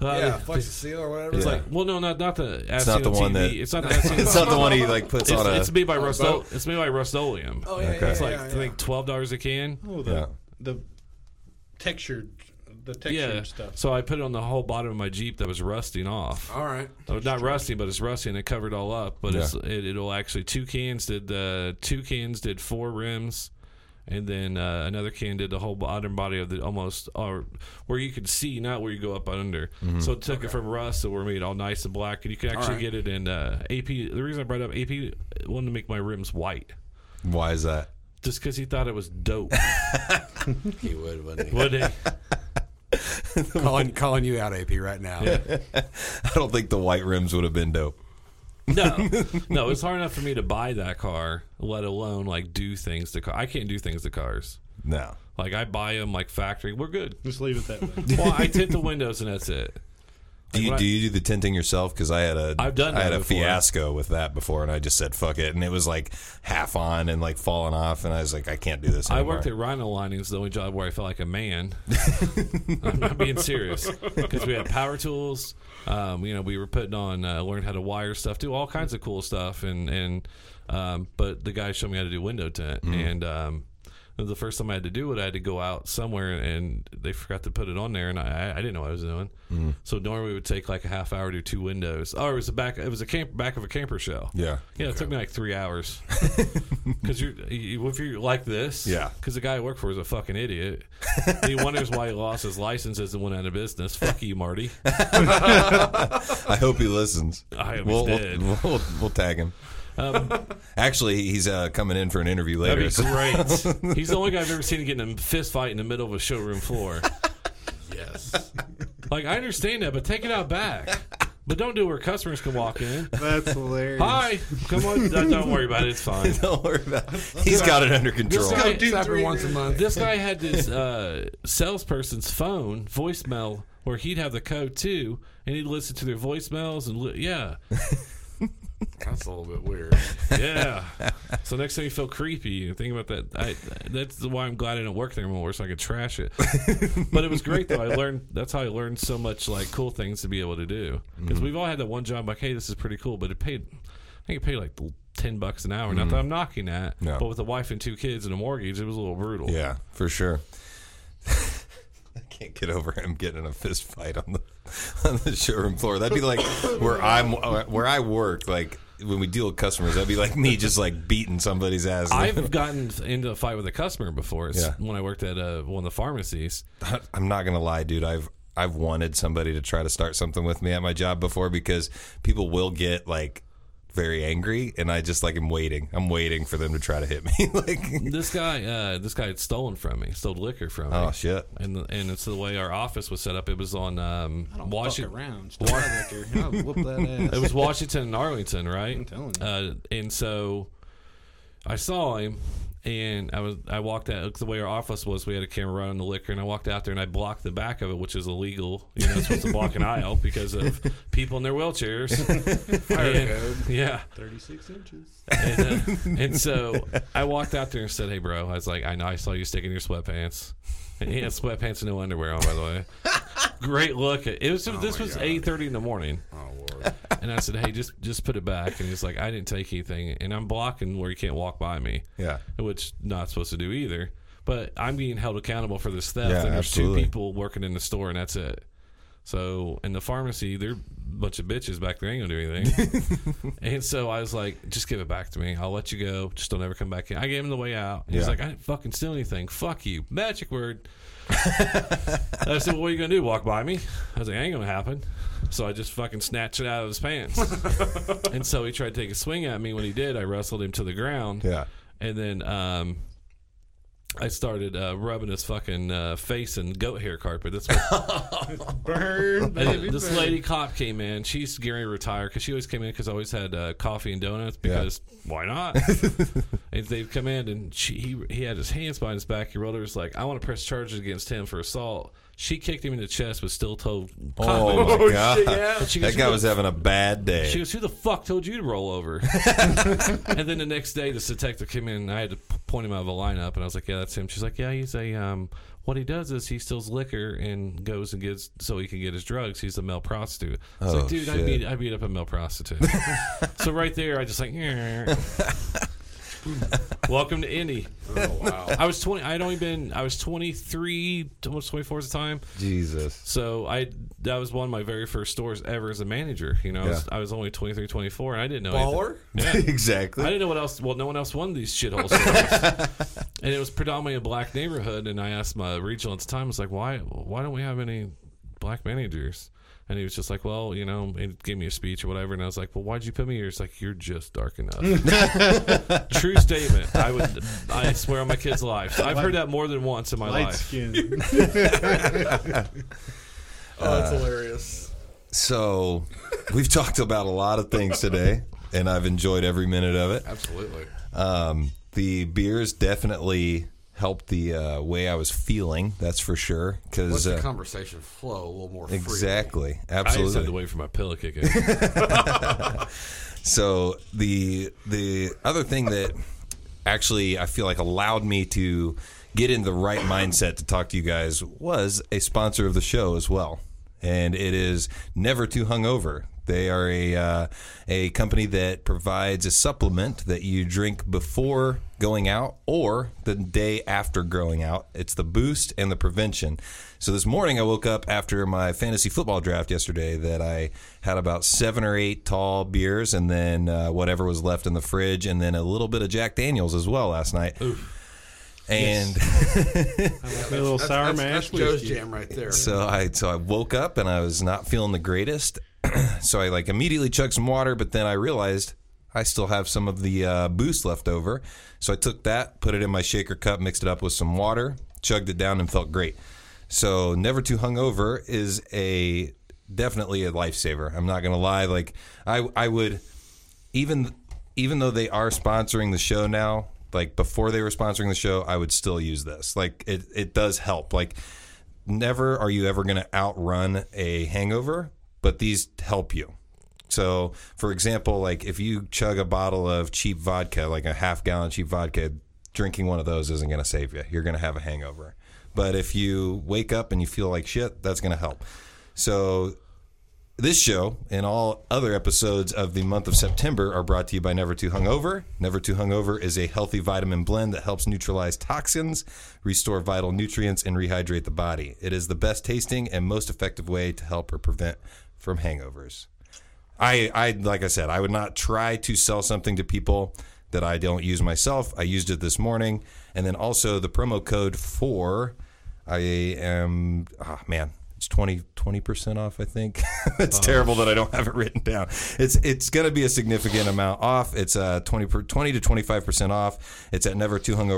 Speaker 3: Uh,
Speaker 1: yeah, flex the seal or whatever.
Speaker 3: It's
Speaker 2: Yeah.
Speaker 3: like well, no, not not the.
Speaker 2: It's not the one that.
Speaker 3: It's not the. Aston
Speaker 2: It's not the one he like puts
Speaker 3: It's,
Speaker 2: on a.
Speaker 3: it's made by Rust.
Speaker 1: boat.
Speaker 3: It's made by Rust-Oleum.
Speaker 1: oh yeah, yeah,
Speaker 2: Okay.
Speaker 3: It's
Speaker 1: yeah,
Speaker 3: like
Speaker 1: yeah,
Speaker 3: I
Speaker 1: yeah.
Speaker 3: think twelve dollars a can.
Speaker 4: Oh, the
Speaker 2: Yeah.
Speaker 4: the textured the textured
Speaker 3: Yeah.
Speaker 4: stuff.
Speaker 3: So I put it on the whole bottom of my Jeep that was rusting off.
Speaker 1: All right.
Speaker 3: Oh, not rusty, but it's rusty, and it covered all up. But it's, it, it'll actually two cans did uh, two cans did four rims, and then uh, another can did the whole bottom body of the almost or where you could see, not where you go up under. So it took it from rust, so we're made all nice and black, and you can actually
Speaker 1: right.
Speaker 3: get it in uh, AP. The reason I brought up AP wanted to make my rims white.
Speaker 2: why is that?
Speaker 3: Just because he thought it was dope,
Speaker 1: He would, wouldn't he?
Speaker 3: would he?
Speaker 1: calling, calling you out, AP, right now.
Speaker 2: I don't think the white rims would have been dope.
Speaker 3: No, no. It's hard enough for me to buy that car, let alone like do things to car. I can't do things to cars.
Speaker 2: No.
Speaker 3: Like I buy them like factory. We're good.
Speaker 4: Just leave it that way.
Speaker 3: Well, I tint the windows and that's it.
Speaker 2: Do you,
Speaker 3: when I-
Speaker 2: do you do the tinting yourself? Because I had a
Speaker 3: I've done
Speaker 2: I had
Speaker 3: that
Speaker 2: a
Speaker 3: before.
Speaker 2: fiasco with that before, and I just said fuck it, and it was like half on and like falling off, and I was like, I can't do this.
Speaker 3: I
Speaker 2: Anymore.
Speaker 3: worked at Rhino Linings, the only job where I felt like a man. I'm not being serious because we had power tools. Um, you know, we were putting on, uh, learned how to wire stuff, do all kinds of cool stuff, and and um, but the guy showed me how to do window tint,
Speaker 2: Mm.
Speaker 3: and um, the first time I had to do it, I had to go out somewhere, and they forgot to put it on there, and I, I didn't know what I was doing.
Speaker 2: Mm.
Speaker 3: So normally we would take like a half hour to do two windows. Oh, it was the back, it was a camp, back of a camper shell.
Speaker 2: Yeah.
Speaker 3: Yeah, it took me like three hours. Because you're you, if you're like this,
Speaker 2: Yeah.
Speaker 3: Because the guy I work for is a fucking idiot. he wonders why he lost his license as and went out of business. Fuck you, Marty.
Speaker 2: I hope he listens.
Speaker 3: I hope
Speaker 2: we'll,
Speaker 3: he's
Speaker 2: we'll,
Speaker 3: dead. Um,
Speaker 2: we'll we'll tag him. Actually, he's uh, coming in for an interview later.
Speaker 3: That'd be great. He's the only guy I've ever seen get in a fist fight in the middle of a showroom floor.
Speaker 1: Yes.
Speaker 3: Like I understand that, but take it out back. But don't do it where customers can walk in.
Speaker 4: That's hilarious.
Speaker 3: Hi, come on. No, don't worry about it. It's fine.
Speaker 2: Don't worry about. It. He's got it under control.
Speaker 3: guy-
Speaker 1: It's happening once a month.
Speaker 3: This guy had this uh, salesperson's phone voicemail where he'd have the code too, and he'd listen to their voicemails and li- yeah,
Speaker 1: That's a little bit weird.
Speaker 3: yeah. so next time you feel creepy, and think about that. I, that's why I'm glad I don't work there anymore, so I could trash it. but it was great though. I learned that's how I learned so much like cool things to be able to do because
Speaker 2: Mm-hmm.
Speaker 3: we've all had that one job like, hey, this is pretty cool, but it paid. I think it paid like ten bucks an hour. Not that I'm knocking that,
Speaker 2: Mm-hmm. No.
Speaker 3: but with a wife and two kids and a mortgage, it was a little brutal.
Speaker 2: Yeah, for sure. I can't get over him getting in a fist fight on the on the showroom floor. That'd be like where I'm where I work. Like when we deal with customers, that'd be like me just like beating somebody's ass.
Speaker 3: I've gotten into a fight with a customer before. It's
Speaker 2: Yeah.
Speaker 3: when I worked at uh, one of the pharmacies.
Speaker 2: I'm not gonna lie, dude. I've I've wanted somebody to try to start something with me at my job before because people will get like very angry, and I just like am waiting. I'm waiting for them to try to hit me. like
Speaker 3: This guy, uh, this guy had stolen from me, stole liquor from me.
Speaker 2: oh shit.
Speaker 3: And the, and it's the way our office was set up. It was on um,
Speaker 4: I don't fuck
Speaker 3: Washington.
Speaker 4: around. Stop liquor. I'll whoop that ass.
Speaker 3: It was Washington Uh, and Arlington, right?
Speaker 4: telling you.
Speaker 3: Uh, and so I saw him, And I was I walked out the way our office was. We had a camera right on the liquor, and I walked out there and I blocked the back of it, which is illegal. You're not supposed to block an aisle because of people in their wheelchairs. And- yeah.
Speaker 4: 36 inches.
Speaker 3: And, uh, and so I walked out there and said, "Hey, bro," I was like, "I know I saw you sticking your sweatpants. And he had sweatpants and no underwear on, by the way. Great look. It was
Speaker 2: Oh
Speaker 3: this was eight thirty in the morning,
Speaker 1: Oh lord.
Speaker 3: and I said, "Hey, just just put it back." And he's like, "I didn't take anything, and I'm blocking where you can't walk by me."
Speaker 2: Yeah.
Speaker 3: which not supposed to do either. But I'm being held accountable for this theft.
Speaker 2: Yeah,
Speaker 3: and there's
Speaker 2: absolutely.
Speaker 3: two people working in the store, and that's it. So in the pharmacy, they're a bunch of bitches back there. Ain't gonna do anything. and so I was like, just give it back to me. I'll let you go. Just don't ever come back in. I gave him the way out. He's
Speaker 2: Yeah.
Speaker 3: like, I didn't fucking steal anything. Fuck you. Magic word. I said, well, what are you gonna do? Walk by me? I was like, ain't gonna happen. So I just fucking snatched it out of his pants. and so he tried to take a swing at me. When he did, I wrestled him to the ground.
Speaker 2: Yeah.
Speaker 3: And then um, I started uh, rubbing his fucking uh, face in goat hair carpet. That's what
Speaker 4: Burn,
Speaker 3: and
Speaker 4: baby,
Speaker 3: this
Speaker 4: burn.
Speaker 3: lady cop came in. She's getting to retire because she always came in because I always had uh, coffee and donuts because why not? and they'd come in and she he, he had his hands behind his back. He rolled over. He's like, I want to press charges against him for assault. She kicked him in the chest with steel toe.
Speaker 2: Oh,
Speaker 3: Oh.
Speaker 2: my god,
Speaker 3: She
Speaker 2: that
Speaker 3: goes,
Speaker 2: guy
Speaker 3: "Who
Speaker 2: was having a bad day.
Speaker 3: She goes, "Who the fuck told you to roll over?" and then the next day, this detective came in, and I had to p- point him out of the lineup, and I was like, "Yeah, that's him." She's like, "Yeah, he's a um, what he does is he steals liquor and goes and gets so he can get his drugs. He's a male prostitute." I was
Speaker 2: Oh,
Speaker 3: like, "Dude, I
Speaker 2: shit.
Speaker 3: beat I beat up a male prostitute." so right there, I just like. "Yeah." Welcome to Indy.
Speaker 1: Oh wow.
Speaker 3: I was twenty. I had only been. I was twenty three, almost twenty four at the time.
Speaker 2: Jesus.
Speaker 3: So I that was one of my very first stores ever as a manager. You know, I, was,
Speaker 2: Yeah.
Speaker 3: I was only 23, 24, and I didn't know anything.
Speaker 1: Baller.
Speaker 2: exactly.
Speaker 3: I didn't know what else. Well, no one else won these shithole stores, and it was predominantly a black neighborhood. And I asked my regional at the time, I was like, "Why? Why don't we have any black managers?" And he was just like, "Well, you know," and gave me a speech or whatever. And I was like, "Well, why'd you put me here?" He's like, "You're just dark enough." True statement. I would. I swear on my kids' lives. I've heard that more than once in my
Speaker 4: Light
Speaker 3: life.
Speaker 4: skin.
Speaker 1: Oh, that's hilarious.
Speaker 2: So, we've talked about a lot of things today, and I've enjoyed every minute of it.
Speaker 1: Absolutely.
Speaker 2: Um, the beers definitely helped the uh, way I was feeling. That's for sure.
Speaker 1: Let
Speaker 2: Because
Speaker 1: the
Speaker 2: uh,
Speaker 1: conversation flow a little more freely.
Speaker 2: exactly,
Speaker 3: I just had to
Speaker 2: absolutely.
Speaker 3: wait for my pillow kicking.
Speaker 2: So the the other thing that actually I feel like allowed me to get in the right mindset to talk to you guys was a sponsor of the show as well, and it is Never Too Hungover. They are a uh, a company that provides a supplement that you drink before going out or the day after going out. It's the boost and the prevention. So this morning I woke up after my fantasy football draft yesterday that I had about seven or eight tall beers and then uh, whatever was left in the fridge and then a little bit of Jack Daniels as well last night. And
Speaker 4: a little sour
Speaker 1: That's, that's
Speaker 4: mash
Speaker 1: Joe's
Speaker 4: whiskey.
Speaker 1: jam right there.
Speaker 2: So I so I woke up and I was not feeling the greatest. so I like immediately chugged some water, but then I realized I still have some of the uh, boost left over. So I took that, put it in my shaker cup, mixed it up with some water, chugged it down, and felt great. So never too hungover is a definitely a lifesaver. I'm not gonna lie. Like I I would even even though they are sponsoring the show now, like before they were sponsoring the show, I would still use this. Like it it does help. Like never are you ever going to outrun a hangover, but these help you. So, for example, like if you chug a bottle of cheap vodka, like a half gallon cheap vodka, drinking one of those isn't going to save you. You're going to have a hangover. But if you wake up and you feel like shit, that's going to help. So, this show and all other episodes of the month of September are brought to you by Never Too Hungover. Never Too Hungover is a healthy vitamin blend that helps neutralize toxins, restore vital nutrients, and rehydrate the body. It is the best tasting and most effective way to help or prevent from hangovers. I, I like I said, I would not try to sell something to people that I don't use myself. I used it this morning, and then also the promo code for I am ah man, it's 20 percent off. I think it's terrible that I don't have it written down. It's it's going to be a significant amount off. It's uh 20 per, 20 to 25 percent off. It's at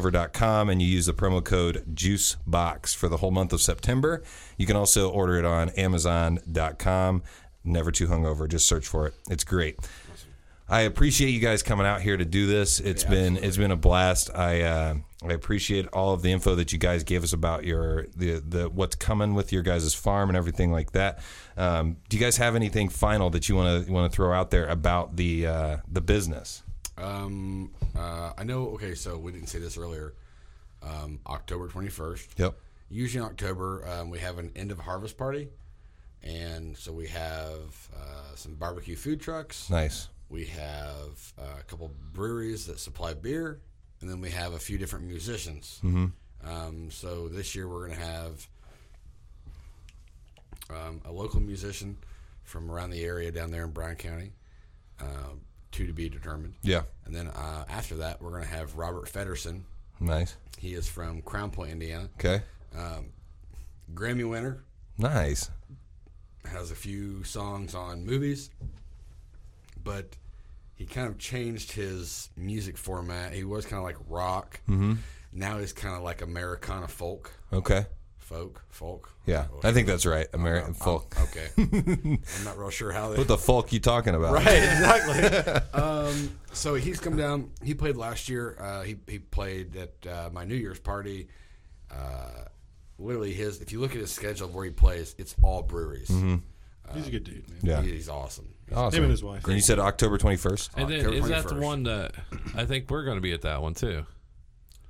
Speaker 2: never2hungover.com, and you use the promo code JuiceBox for the whole month of September. You can also order it on Amazon.com. Never Too Hungover. Just search for it. It's great. I appreciate you guys coming out here to do this. It's been it's been a blast. I uh, I appreciate all of the info that you guys gave us about your the the what's coming with your guys' farm and everything like that. Um, do you guys have anything final that you want to want to throw out there about the uh, the business?
Speaker 1: Um, uh, I know. Okay, so we didn't say this earlier. Um, October twenty first.
Speaker 2: Yep.
Speaker 1: Usually in October, um, we have an end of harvest party, and so we have uh, some barbecue food trucks.
Speaker 2: Nice.
Speaker 1: We have uh, a couple breweries that supply beer, and then we have a few different musicians. Um, so this year we're going to have um, a local musician from around the area down there in Bryan County, um, two to be determined.
Speaker 2: Yeah.
Speaker 1: And then uh, after that, we're going to have Robert Federson.
Speaker 2: Nice.
Speaker 1: He is from Crown Point, Indiana.
Speaker 2: Okay.
Speaker 1: Grammy winner,
Speaker 2: Nice.
Speaker 1: has a few songs on movies, but he kind of changed his music format. He was kind of like rock. Mm-hmm. Now he's kind of like Americana folk,
Speaker 2: Okay.
Speaker 1: folk, folk.
Speaker 2: Yeah, I think that's right. American folk.
Speaker 1: Okay, I'm not real sure how they.
Speaker 2: What the folk you talking about?
Speaker 1: Right, exactly. um, so he's come down. He played last year. Uh, he he played at uh, my New Year's party. Uh, literally, his if you look at his schedule of where he plays, it's all breweries.
Speaker 4: He's a good dude, man.
Speaker 2: Mm-hmm. Yeah.
Speaker 1: He- he's awesome.
Speaker 2: Awesome.
Speaker 4: Him and his wife.
Speaker 2: And you said October 21st?
Speaker 3: And then
Speaker 1: October
Speaker 3: is that the
Speaker 1: 21st.
Speaker 3: one that I think we're going to be at that one too?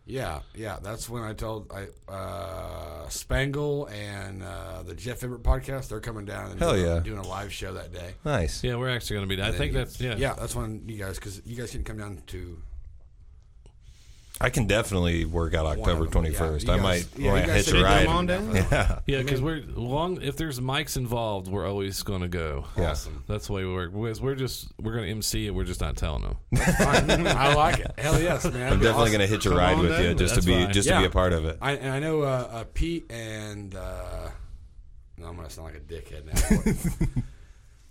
Speaker 1: Yeah, yeah. That's when I told I uh, Spangle and uh, the Jeff Everett podcast. They're coming down and
Speaker 2: Hell
Speaker 1: doing,
Speaker 2: yeah.
Speaker 1: doing a live show that day.
Speaker 2: Nice.
Speaker 3: Yeah, we're actually going to be. I think that's yeah.
Speaker 1: yeah. That's when you guys because you guys can come down to
Speaker 2: I can definitely work out
Speaker 1: one of
Speaker 2: October
Speaker 1: them. Yeah,
Speaker 2: 21st.
Speaker 1: you
Speaker 2: I
Speaker 1: guys-
Speaker 2: might,
Speaker 1: yeah, you
Speaker 2: might
Speaker 1: guys
Speaker 2: hitch
Speaker 1: should
Speaker 2: a
Speaker 1: come
Speaker 2: ride.
Speaker 4: on down.
Speaker 2: Yeah.
Speaker 3: Yeah, because we're long. If there's mics involved, we're always going to go.
Speaker 2: Yeah.
Speaker 1: awesome.
Speaker 3: That's the way we work. Because we're just we're going to MC it. We're just not telling them.
Speaker 1: Fine. I like it. Hell yes, man.
Speaker 2: I'm definitely going to hitch a
Speaker 4: Come
Speaker 2: ride
Speaker 4: on
Speaker 2: with you
Speaker 4: down.
Speaker 2: just to
Speaker 3: That's
Speaker 2: be
Speaker 3: fine.
Speaker 2: just to
Speaker 1: Yeah.
Speaker 2: be a part of it.
Speaker 1: I, and I know uh, uh, Pete and uh, no, I'm gonna sound like a dickhead now.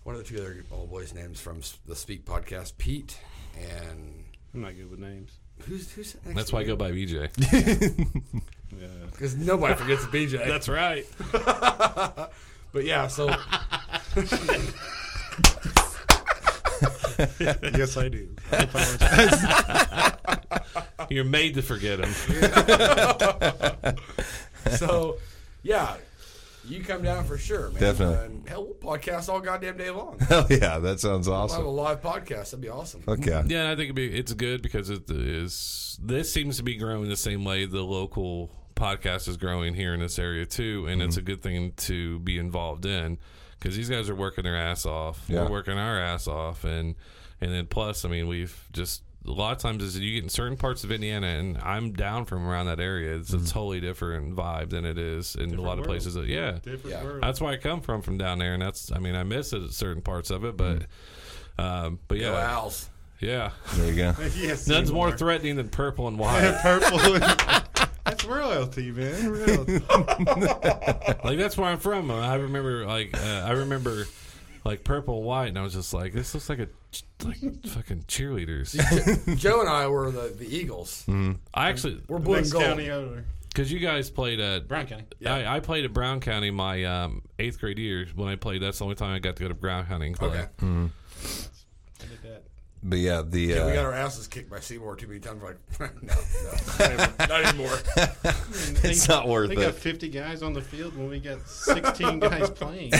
Speaker 1: What- What are the two other old boys' names from S- the Speak podcast? Pete and
Speaker 4: I'm not good with names.
Speaker 1: who's who's next
Speaker 3: That's why I go by BJ.
Speaker 4: Yeah.
Speaker 1: because nobody forgets BJ.
Speaker 3: That's right.
Speaker 1: but yeah, so
Speaker 4: yes, I do. I apologize.
Speaker 3: You're made to forget him.
Speaker 1: so yeah, you come down for sure, man.
Speaker 2: Definitely.
Speaker 1: And hell, we'll podcast all goddamn day long.
Speaker 2: Hell yeah, that sounds
Speaker 1: We'll have a
Speaker 2: awesome.
Speaker 1: live podcast. That'd be awesome.
Speaker 2: Okay.
Speaker 3: Yeah, and I think it'd be, it's good because it is. This seems to be growing the same way the local podcast is growing here in this area too, and it's a good thing to be involved in because these guys are working their ass off.
Speaker 2: Yeah.
Speaker 3: We're working our ass off, and and then plus, I mean, we've just a lot of times is you get in certain parts of Indiana, and I'm down from around that area. It's a totally different vibe than it is in a lot of
Speaker 4: world.
Speaker 3: places. That, yeah,
Speaker 4: Different
Speaker 1: Yeah.
Speaker 4: world.
Speaker 3: that's where I come from from down there, and that's I mean I miss it, certain parts of it, but. Um, but
Speaker 1: Go
Speaker 3: yeah,
Speaker 1: Owls.
Speaker 3: yeah.
Speaker 2: There you go.
Speaker 4: yes,
Speaker 3: None's
Speaker 4: you
Speaker 3: more
Speaker 4: are.
Speaker 3: threatening than purple and white.
Speaker 4: purple. That's royalty, man. Royalty.
Speaker 3: like that's where I'm from. I remember like uh, I remember like purple and white, and I was just like, this looks like a ch- like fucking cheerleaders.
Speaker 1: Joe and I were the, the Eagles.
Speaker 3: I actually
Speaker 1: We're blue and
Speaker 4: Mm. Next
Speaker 1: gold.
Speaker 4: county over.
Speaker 3: because you guys played at
Speaker 4: Brown County.
Speaker 3: I, I played at Brown County my um, eighth grade year when I played. That's the only time I got to go to Brown County. And play.
Speaker 1: Okay.
Speaker 4: Mm. I did that.
Speaker 2: But yeah, the
Speaker 1: We got
Speaker 2: uh,
Speaker 1: our asses kicked by Seymour too many times. We're like, no, no, not anymore. not anymore.
Speaker 2: it's not worth
Speaker 4: They got
Speaker 2: it.
Speaker 4: 50 guys on the field when we got 16 guys playing.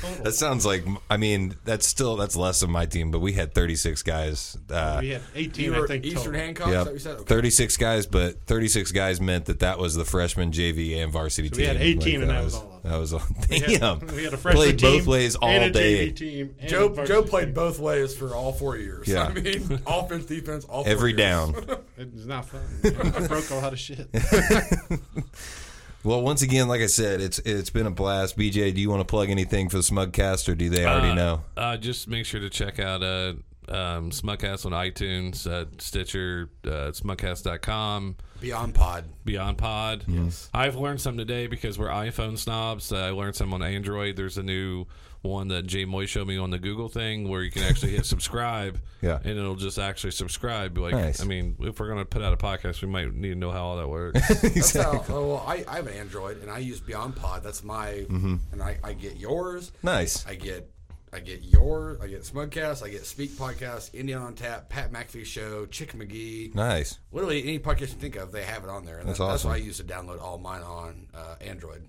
Speaker 4: Total.
Speaker 2: That sounds like I mean that's still that's less of my team, but we had 36 guys. Uh,
Speaker 4: Oh, we had 18,
Speaker 1: You
Speaker 4: I
Speaker 1: were
Speaker 4: think.
Speaker 1: Eastern
Speaker 4: total.
Speaker 1: Hancock.
Speaker 2: yeah,
Speaker 1: Is that what oh, you said? Okay.
Speaker 2: 36 guys, but 36 guys meant that that was the freshman JV and varsity
Speaker 4: we
Speaker 2: team.
Speaker 4: had 18 and that was all of them.
Speaker 2: That was all.
Speaker 4: We
Speaker 2: Damn.
Speaker 4: had, we had a freshman
Speaker 2: Played
Speaker 4: team
Speaker 2: both ways all
Speaker 4: and a
Speaker 2: day.
Speaker 4: JV team and a
Speaker 1: Joe
Speaker 4: varsity
Speaker 1: Joe played
Speaker 4: team.
Speaker 1: both ways for all four years.
Speaker 2: Yeah.
Speaker 1: I mean, offense, defense, all four
Speaker 2: Every
Speaker 1: years.
Speaker 2: down.
Speaker 4: It was not fun. I broke a lot of shit.
Speaker 2: Well, once again, like I said, it's it's been a blast. BJ, do you want to plug anything for the Smugcast, or do they already
Speaker 3: Uh,
Speaker 2: know?
Speaker 3: Uh, just make sure to check out uh, um, Smutcast on iTunes, uh, Stitcher, uh, smutcast.com.
Speaker 1: Beyond Pod.
Speaker 3: Beyond Pod. Yes. I've learned some today because we're iPhone snobs. I learned some on Android. There's a new one that Jay Moy showed me on the Google thing where you can actually hit subscribe.
Speaker 2: Yeah.
Speaker 3: And it'll just actually subscribe. Like,
Speaker 2: Nice.
Speaker 3: I mean, if we're going to put out a podcast, we might need to know how all that works.
Speaker 1: That's how, oh, well, I, I have an Android and I use Beyond Pod. That's my, and I, I get yours.
Speaker 2: Nice.
Speaker 1: I get I get your, I get Smugcast, I get Speak Podcast, Indian on Tap, Pat McAfee Show, Chick McGee.
Speaker 2: Nice.
Speaker 1: Literally any podcast you think of, they have it on there. And
Speaker 2: That's
Speaker 1: that-
Speaker 2: awesome.
Speaker 1: why I used to download all mine on uh, Android.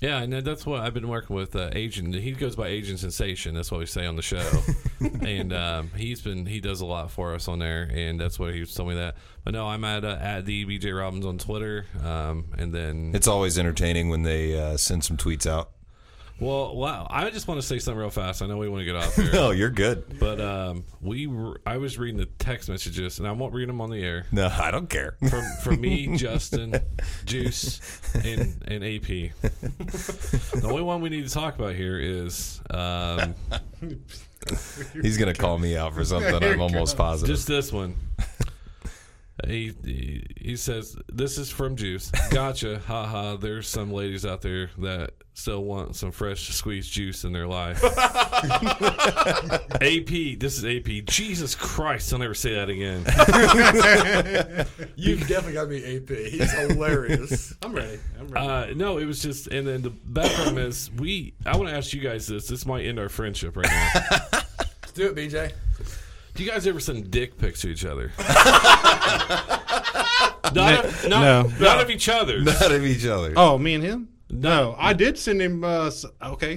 Speaker 3: Yeah, and that- that's what I've been working with uh, Agent. He goes by Agent Sensation. That's what we say on the show. and um, he's been he does a lot for us on there, and that's what he was telling me that. But no, I'm at uh, at the BJ Robbins on Twitter, um, and then
Speaker 2: It's always entertaining when they uh, send some tweets out.
Speaker 3: well, wow. I just want to say something real fast. I know we want to get off here,
Speaker 2: No, Oh, you're good.
Speaker 3: but um, we were, I was reading the text messages, and I won't read them on the air.
Speaker 2: No, I don't care.
Speaker 3: From from me, Justin, Juice, and and AP. the only one we need to talk about here is. Um,
Speaker 2: He's gonna call me out for something. I'm almost positive.
Speaker 3: Just this one. He, he he says this is from Juice. Gotcha, haha. There's some ladies out there that still want some fresh squeezed juice in their life. AP, this is AP. Jesus Christ, I'll never say that again.
Speaker 1: You've definitely got me AP. He's hilarious.
Speaker 4: I'm ready. I'm ready.
Speaker 3: Uh, no, it was just, and then the background is we. I want to ask you guys this. This might end our friendship right now.
Speaker 1: Do it, BJ.
Speaker 3: Do you guys ever send dick pics to each other? not of, not,
Speaker 4: No.
Speaker 3: not of each other.
Speaker 2: Out of each other.
Speaker 4: oh, me and him? No, I did send him. Uh, s- okay,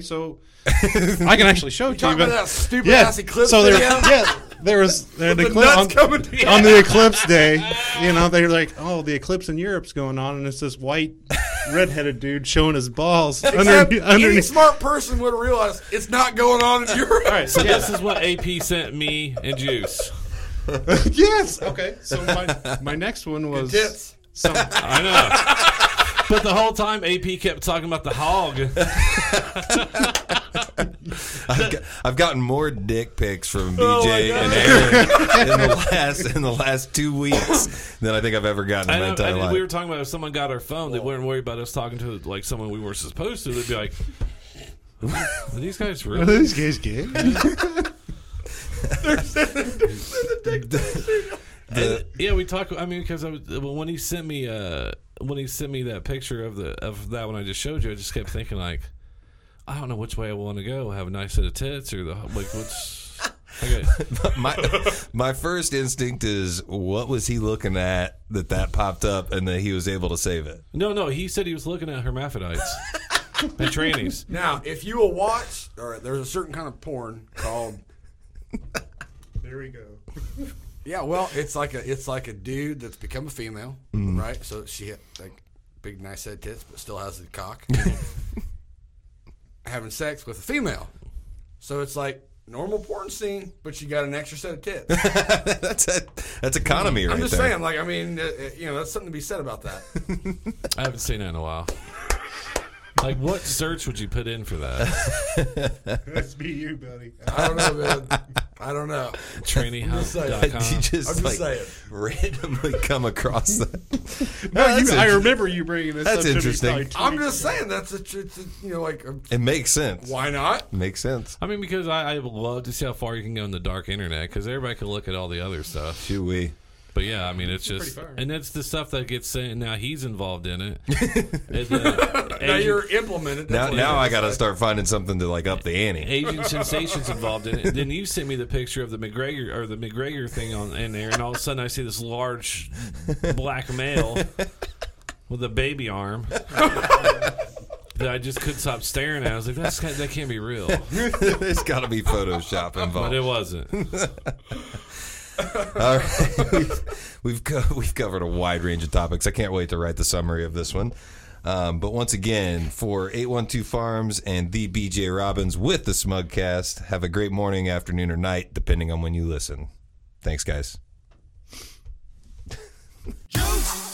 Speaker 4: so I can actually show it to you.
Speaker 1: Talk about
Speaker 4: But
Speaker 1: that stupid
Speaker 4: yeah,
Speaker 1: ass eclipse
Speaker 4: so there,
Speaker 1: video.
Speaker 4: yeah, there was there the
Speaker 1: The
Speaker 4: eclipse
Speaker 1: nuts
Speaker 4: on,
Speaker 1: coming to you.
Speaker 4: on the eclipse day. You know, they're like, oh, the eclipse in Europe's going on, and it's this white redheaded dude showing his balls
Speaker 1: Except
Speaker 4: under,
Speaker 1: any
Speaker 4: underneath.
Speaker 1: smart person would have realized it's not going on in Europe.
Speaker 4: All right, so
Speaker 3: This is what AP sent me and Juice.
Speaker 4: yes. Okay. So my, my next one was
Speaker 1: Tits.
Speaker 4: some,
Speaker 3: I know. But the whole time AP kept talking about the hog.
Speaker 2: I've, got, have gotten more dick pics from BJ
Speaker 3: Oh my God.
Speaker 2: and Aaron in the last in the last two weeks than I think I've ever gotten
Speaker 3: I
Speaker 2: in my
Speaker 3: know,
Speaker 2: entire
Speaker 3: and
Speaker 2: life.
Speaker 3: we were talking about if someone got our phone, they wouldn't worry about us talking to like someone we were supposed to. They'd be like, "Are these guys really?"
Speaker 4: these guys gay?
Speaker 3: And, yeah, we talk. I mean, because I was, when he sent me uh, when he sent me that picture of the of that one I just showed you, I just kept thinking like, I don't know which way I want to go. Have a nice set of tits or the like. What's okay?
Speaker 2: my my first instinct is what was he looking at that that popped up and that he was able to save it.
Speaker 3: No, no. He said he was looking at hermaphrodites and trannies.
Speaker 1: Now, if you will watch, or there's a certain kind of porn called.
Speaker 4: There we go.
Speaker 1: Yeah, well, it's like a it's like a dude that's become a female,
Speaker 2: Mm.
Speaker 1: right? So she had like big, nice set of tits, but still has the cock. Having sex with a female, so it's like normal porn scene, but you got an extra set of tits.
Speaker 2: that's a, that's economy right
Speaker 1: I'm just
Speaker 2: there.
Speaker 1: saying, like, I mean, uh, uh, you know, that's something to be said about that.
Speaker 3: I haven't seen that in a while. Like, what search would you put in for that?
Speaker 4: That's be you, buddy.
Speaker 1: I don't know, man. I don't know.
Speaker 2: But you
Speaker 3: TrainingHub.com.
Speaker 2: just
Speaker 1: I'm just
Speaker 2: like
Speaker 1: saying.
Speaker 2: randomly come across that.
Speaker 4: No,
Speaker 2: that's
Speaker 4: you, I
Speaker 2: interesting.
Speaker 4: remember you bringing this.
Speaker 2: That's
Speaker 4: up to me
Speaker 2: interesting.
Speaker 4: probably 20
Speaker 1: I'm just saying that's a, tr- it's a you know, like, a,
Speaker 2: It makes sense.
Speaker 1: why not?
Speaker 2: Makes sense.
Speaker 3: I mean, because I, I would love to see how far you can go in the dark internet because everybody can look at all the other stuff.
Speaker 2: Do we?
Speaker 3: But yeah, I mean, it's just,
Speaker 4: far.
Speaker 3: and it's the stuff that gets sent. Now he's involved in it. And, uh,
Speaker 1: Now
Speaker 3: Agent-
Speaker 1: you're implemented.
Speaker 2: Now,
Speaker 1: That's what
Speaker 2: now
Speaker 1: it
Speaker 2: I
Speaker 1: is.
Speaker 2: got to start finding something to like up the ante.
Speaker 3: Agent Sensation's involved in it. And then you sent me the picture of the McGregor or the McGregor thing on in there, and all of a sudden I see this large black male with a baby arm that I just couldn't stop staring at. I was like, That's, that can't be real,
Speaker 2: There's got to be Photoshop
Speaker 3: but
Speaker 2: involved.
Speaker 3: it wasn't.
Speaker 2: All right. We've- we've co- we've covered a wide range of topics. I can't wait to write the summary of this one. Um, but once again, for 812 Farms and the BJ Robbins with the Smugcast, have a great morning, afternoon, or night, depending on when you listen. Thanks, guys.
Speaker 5: Juice.